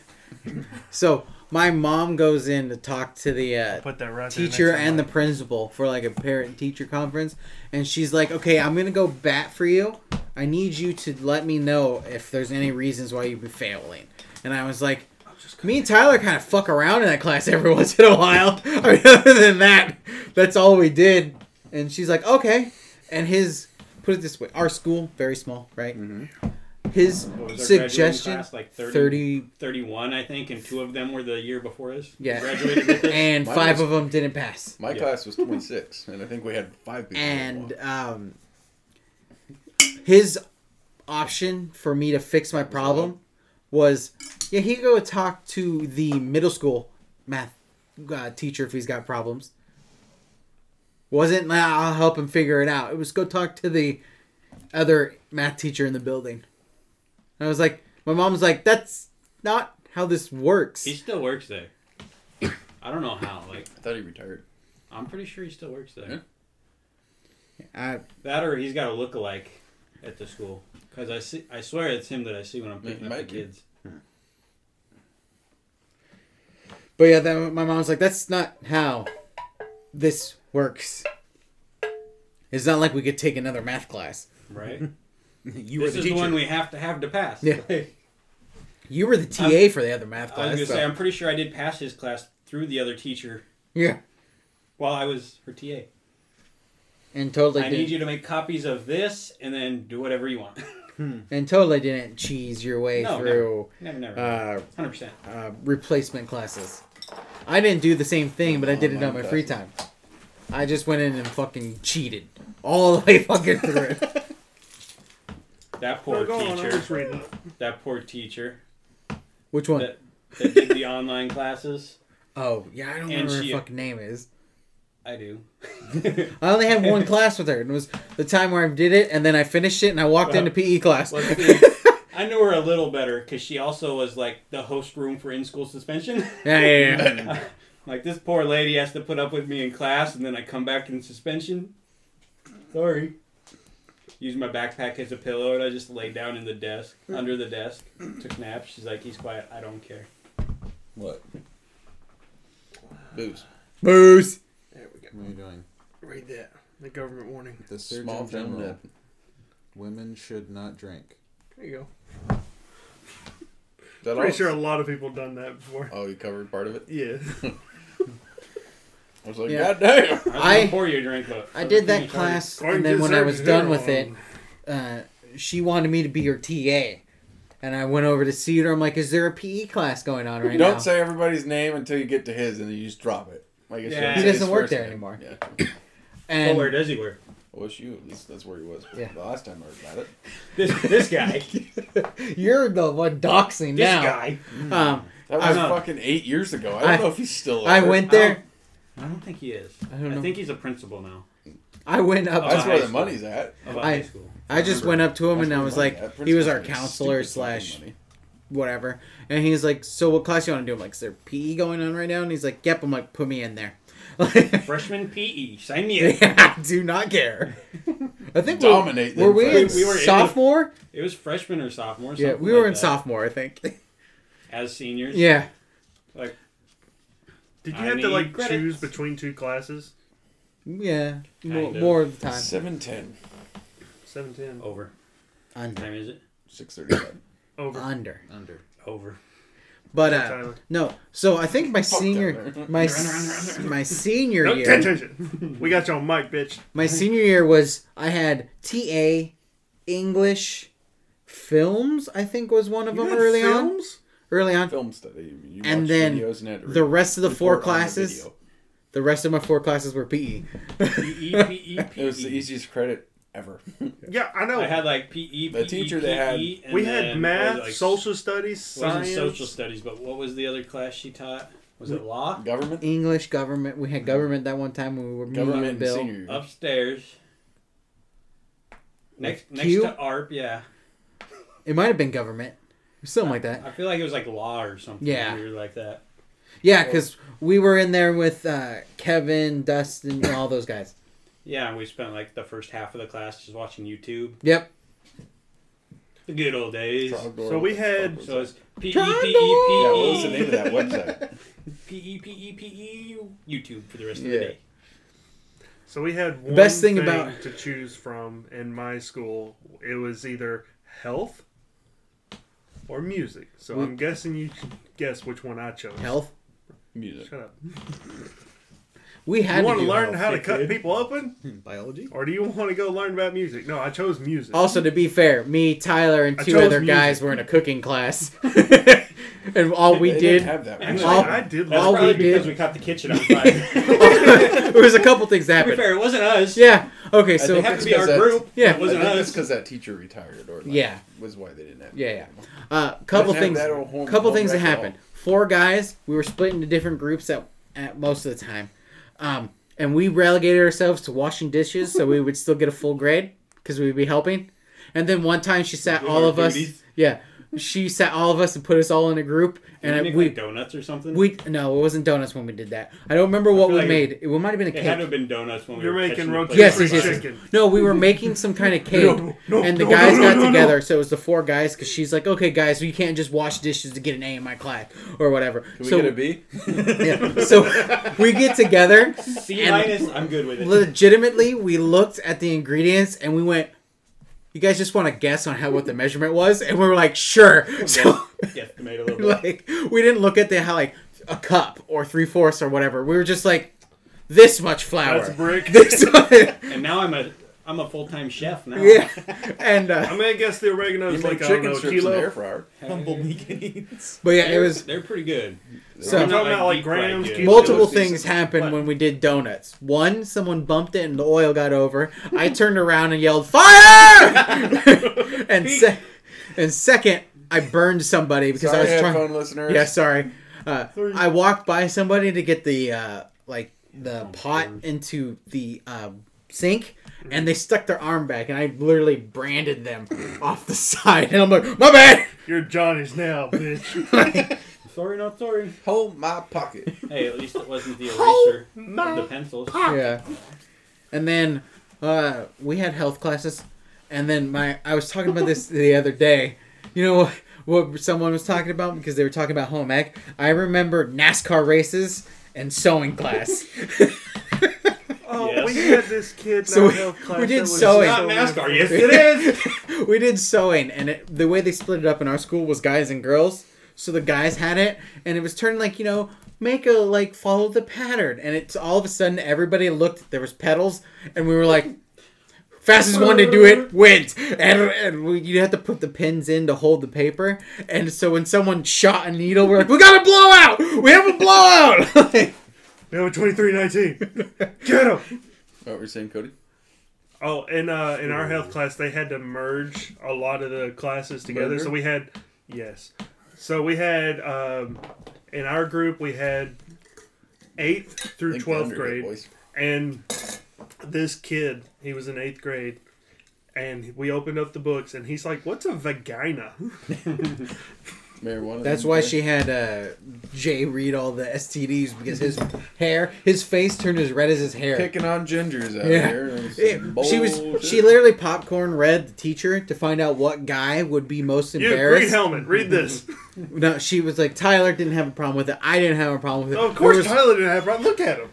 so my mom goes in to talk to the uh, Put that right there teacher next to and the mine. principal for like a parent teacher conference and she's like okay i'm gonna go bat for you i need you to let me know if there's any reasons why you've been failing and i was like me and tyler kind of fuck around in that class every once in a while I mean, other than that that's all we did and she's like okay and his put it this way: our school very small, right? His suggestion Class, like 30, 30 31, I think, and two of them were the year before us. Yeah. Graduated with us. and Mine five was- of them didn't pass. My Yeah. class was 26, and I think we had five people. And um, his option for me to fix my problem was, yeah, he could go talk to the middle school math uh, teacher if he's got problems. Wasn't like, I'll help him figure it out. It was go talk to the other math teacher in the building. And I was like, my mom's like, that's not how this works. He still works there. I don't know how. Like, I thought he retired. I'm pretty sure he still works there. Yeah. I, That or he's got a look-alike at the school. Because I see, I swear it's him that I see when I'm picking up the might be. kids. But yeah, then my mom's like, that's not how this works. It's not like we could take another math class. Right? you were this the is teacher. the one we have to have to pass. Yeah. Like, You were the TA for the other math I was class. gonna so- say, I'm pretty sure I did pass his class through the other teacher yeah, while I was her TA. and totally I didn't, need you to make copies of this and then do whatever you want. and totally didn't cheese your way No, through never, never. uh, 100%. uh, replacement classes. I didn't do the same thing, but I did it on my Online free time. I just went in and fucking cheated all the way fucking through it. That poor No, go on, I'm teacher. just reading it. That poor teacher Which one? that, that did the online classes. oh, yeah, I don't And remember what her she- uh, fucking name is. I do. I only had one class with her, and it was the time where I did it, and then I finished it, and I walked into PE class. Let's E? see. I knew her a little better because she also was like the host room for in school suspension. Yeah, yeah, yeah. like this poor lady has to put up with me in class and then I come back in suspension. Sorry. Used my backpack as a pillow and I just laid down in the desk, under the desk, took naps. She's like, he's quiet. I don't care. What? Booze. Booze. There we go. What are you doing? Read that. The government warning. The Surgeon Small town General. nap. Women should not drink. There you go. That Pretty all? sure a lot of people done that before. Oh, you covered part of it. Yeah. I was like, Yeah. God damn. I, I- was gonna pour you a drink, but I did that E? class, and then when I was done with it, uh, she wanted me to be her TA, and I went over to see her. I'm like, "Is there a PE class going on right now?" Don't say everybody's name until you get to his, and then you just drop it. Like it's Yeah. your- He it's doesn't his work first there name. anymore. Yeah. Oh, and where does he work? Well, it's you. At least that's where he was Yeah. the last time I heard about it. This this guy. you're the one doxing This now. guy. Um, That I was know. fucking eight years ago. I don't I- know if he's still. I over it. went there. I don't think he is. I, don't know. think he's a principal now I went up. Oh, That's to, I- where the money's at. of a I- high school. I just went up to him, and That's where I the was money's like, at. "He was our Principal's making counselor stupid fucking slash money. whatever. And he's like, so what class you want to do? I'm like, is there PE going on right now? And he's like, yep. I'm like, put me in there. Freshman PE. Sign me up. I do not care. I think we- Dominate Were them we in first. We were in the- sophomore? It was freshman or sophomore. yeah, something we were like in that. sophomore, I think. as seniors. yeah. Like Did you I have need to like credits. choose between two classes? Yeah. More, Kind of. more of the time. Seven ten. Seven ten. over. Under. Time is it? Six thirty five. Oh. Over. Under. Under. Over. But uh Tyler. no. So I think my Fuck that senior man. my s- my senior No, pay year attention. We got you on mic, bitch. my senior year was I had TA English films, I think was one of them early on. Early on. Film study. You And watch then videos and had to The re- rest of the four report on the classes, video. the rest of my four classes were E. PE. PE, PE, It E was the PE. easiest credit ever. Yeah, I know. I had like E, PE, The PE, teacher PE, they had- E, and Oh. we then had what math, was it, like, social studies, It wasn't science. social studies, but what was the other class she taught? Was it law? Government. English government. We had government that one time when we were moving Government on and bill. senior. year. Upstairs. Next, With next Q? to ARP, yeah. It might have been government, something like that. I feel like it was like law or something Yeah. weird like that. Yeah, because we were in there with uh, Kevin, Dustin, and all those guys. Yeah, and we spent like the first half of the class just watching YouTube. Yep. The good old days. Trogdor, So we what the fuck had- was So that? it's E, PE, PE, Trogdor! Yeah, Yeah, what was the PE, name of that website? PE, PE, PE, E, YouTube for the rest Yeah. of the day. So we had one best thing thing, about- to choose from in my school. It was either health or music. So I'm guessing you can guess which one I chose. Health. Music. Shut up. We had You to want to do learn how to Outfit, cut dude. people open, Hmm, Biology? or do you want to go learn about music? No, I chose music. Also, to be fair, me, Tyler, and I two chose other music. guys were in a cooking class, and all we They did didn't have that. Actually, Actually, all- I did. That's all love- we probably because did- we caught the kitchen on fire. it was a couple things that to be happened. fair, it wasn't us. Yeah. Okay. They So happened to be our Because that's- group. Yeah. It I wasn't think it's us. because that teacher retired, or like, Yeah. was why they didn't have. Yeah, yeah. Uh, couple Doesn't have things. that old home- couple home things that wreck at happened. Four guys. We were split into different groups at, at most of the time, um, and we relegated ourselves to washing dishes, so we would still get a full grade because we'd be helping. And then one time she sat Doing all our of us. duties. Yeah, she sat all of us and put us all in a group, and Didn't I, it we like donuts or something. we no, it wasn't donuts when we did that. I don't remember what feel we like made. It might have been a it had to cake. have been donuts when we You're were making catching the rotisserie Yes, plate. yes, yes, yes. chicken. No, we were making some kind of cake, and the no, guys no, got no, no, together. So it was the four guys because she's like, "Okay, guys, you can't just wash dishes to get an A in my class or whatever." Can we so get a B? yeah, so we get together. C And- minus. I'm good with it. Legitimately, we looked at the ingredients and we went, "You guys just want to guess on how what the measurement was?" And we were like, "Sure." So Yes, tomato a little bit. like we didn't look at the how like a cup or three fourths or whatever. We were just like, "This much flour." That's brick. this much- and now I'm a I'm a full time chef now. yeah, and uh, I mean, I guess the oregano You is make like I don't chicken know, a strips in the air kilo. fryer. Humble beginnings. But yeah, it They're- was They're pretty good. So- They're not Talking about, like, deep fried grams, good. kilos. multiple Yeah. things happened when we did donuts. One, someone bumped it and the oil got over. I turned around and yelled fire. and se- and second, I burned somebody because Sorry, I was headphone trying. listeners. Yeah, sorry. Uh, I walked by somebody to get the uh, like Oh, the pot into the uh, sink. And they stuck their arm back, and I literally branded them off the side. And I'm like, "My bad." You're Johnny's now, bitch. Sorry, not sorry. Hold my pocket. Hey, at least it wasn't the eraser my of the pencils. yeah. And then uh, we had health classes, and then my I was talking about this the other day. You know what, what someone was talking about because they were talking about home ec. I remember NASCAR races and sewing class. Oh, Yes. we had this kid. in So our we- health class we did that was sewing. so Not NASCAR. Yes, inappropriate. it is. we did sewing, and it, the way they split it up in our school was guys and girls. So the guys had it, and it was turned like you know make a like follow the pattern, and it's all of a sudden everybody looked. There was pedals, and we were like. Fastest one to do it wins, and, and we, you had to put the pins in to hold the paper. And so when someone shot a needle, we're like, "We got a blowout! We have a blowout!" We have a 2319. Get him. What were you saying, Cody? Oh, and uh, in our health class, they had to merge a lot of the classes together. Murder? So we had, yes, so we had um, in our group we had eighth through Think twelfth under it, grade, boys. and this kid, he was in eighth grade, and we opened up the books, and he's like, "What's a vagina?" Marijuana. That's why she had uh, Jay read all the STDs because his hair, his face turned as red as his hair. picking on gingers out Yeah. here. It's It- she was bullshit. she literally popcorn read the teacher to find out what guy would be most You green embarrassed. helmet. Read this. No, she was like Tyler didn't have a problem with it. I didn't have a problem with it. of course, there was, Tyler didn't have. Right? Look at him.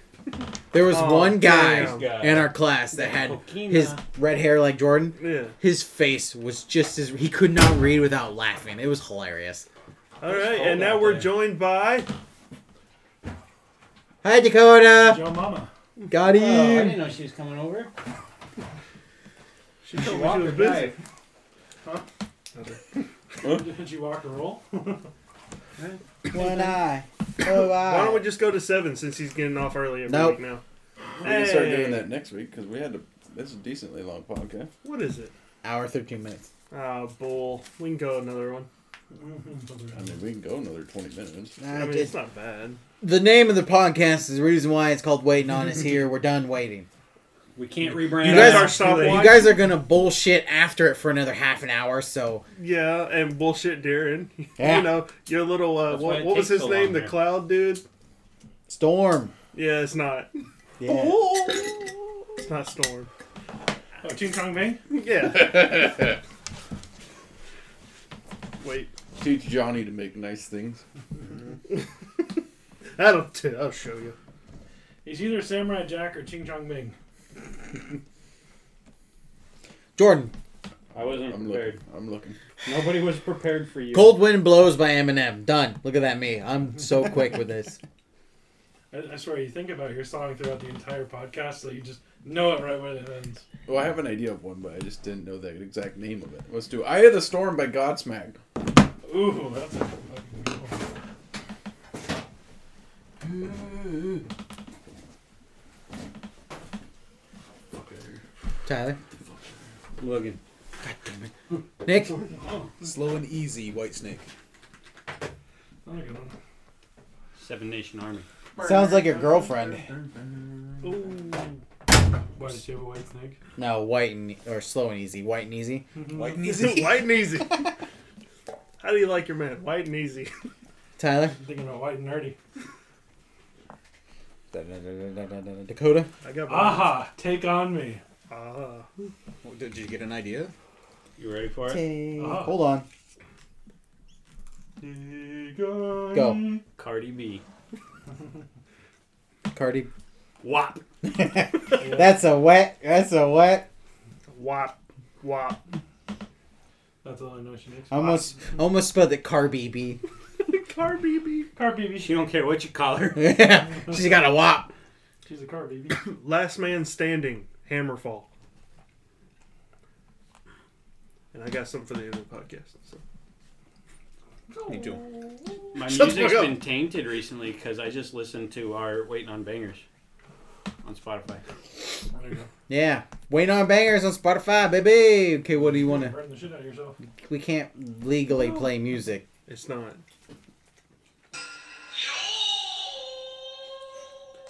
there was Oh, one guy damn. in our class that had Coquina. his red hair like Jordan. Yeah. His face was just as he could not read without laughing. It was hilarious. All right, and cold now out we're there. joined by Hi Dakota, Joe Mama. got Oh, I him. didn't know she was coming over. she She told me she walked was her busy. dive. Did you walk or roll? One eye. Oh Why don't wow. we just go to seven since he's getting off early every Nope. week now? We can start doing Hey. that next week because we had to. This is a decently long podcast. What is it? Hour thirteen minutes. Ah, bull. We can go another one. I mean, we can go another twenty minutes. Nah, I, mean, just- it's not bad. the name of the podcast is the reason why it's called Waiting On Is Here. We're done waiting. We can't rebrand. You it. guys- our you stopwatch. You guys are gonna bullshit after it for another half an hour, so yeah, and bullshit, Darren. Yeah. you know your little. Uh, That's why what, it what was his takes so name? long The there. cloud dude. Storm. Yeah, it's not. Yeah. It's not storm. Oh, Ching Chong Bang? Yeah. Wait, Teach Johnny to make nice things. that'll t- I'll show you. He's either Samurai Jack or Ching Chong Bing. Jordan. I wasn't I'm prepared. looking. I'm looking. Nobody was prepared for you. Cold Wind Blows by Eminem. Done. Look at that me. I'm so quick with this. I, I swear, you think about your song throughout the entire podcast, so you just know it right when it ends. Well, I have an idea of one, but I just didn't know the exact name of it. Let's do Eye of the Storm by Godsmack. Ooh, that's a fucking good one. Tyler. I'm looking. God damn it. Nick. Slow and easy, White Snake. Another good one. Seven Nation Army. Sounds like your girlfriend. Ooh. Why did you have a white snake? No, white and e, or slow and easy. White and easy. White and easy. Light and easy. How do you like your man? White and easy. Tyler. I'm thinking about white and nerdy. Dakota. I got my. Aha! Take on me. Ah. Well, Did you get an idea? You ready for it? Ah. Hold on. Take on Go. me. Cardi B. Cardi. Wop. That's a wet. That's a wet. Wop. Wop. That's all I know she makes. Almost almost spelled it Carby B. Car BB. Car baby. She don't care what you call her. Yeah. She's got a wop. She's a car baby. Last man standing. Hammerfall. And I got something for the end of the podcast. So. Hey, Joe. My Shut the music's fuck up. been tainted recently because I just listened to our Waiting on Bangers on Spotify. There you go. Yeah. Waiting on bangers on Spotify, baby. Okay, what do you want to? Burn the shit out of yourself. We can't legally play music. It's not.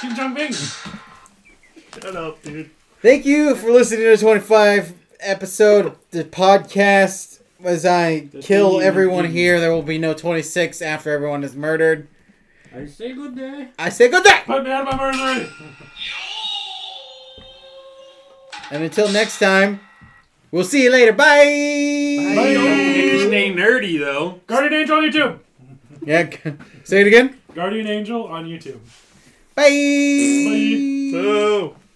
Ching Chong Bing! Shut up, dude. Thank you for listening to 25 episode the podcast. As I kill everyone here, there will be no 26 after everyone is murdered. I say good day. I say good day, Put me out of my misery! and until next time, we'll see you later. Bye. Don't forget to stay nerdy though. Guardian Angel on YouTube! Yeah, say it again. Guardian Angel on YouTube. Bye. Boo.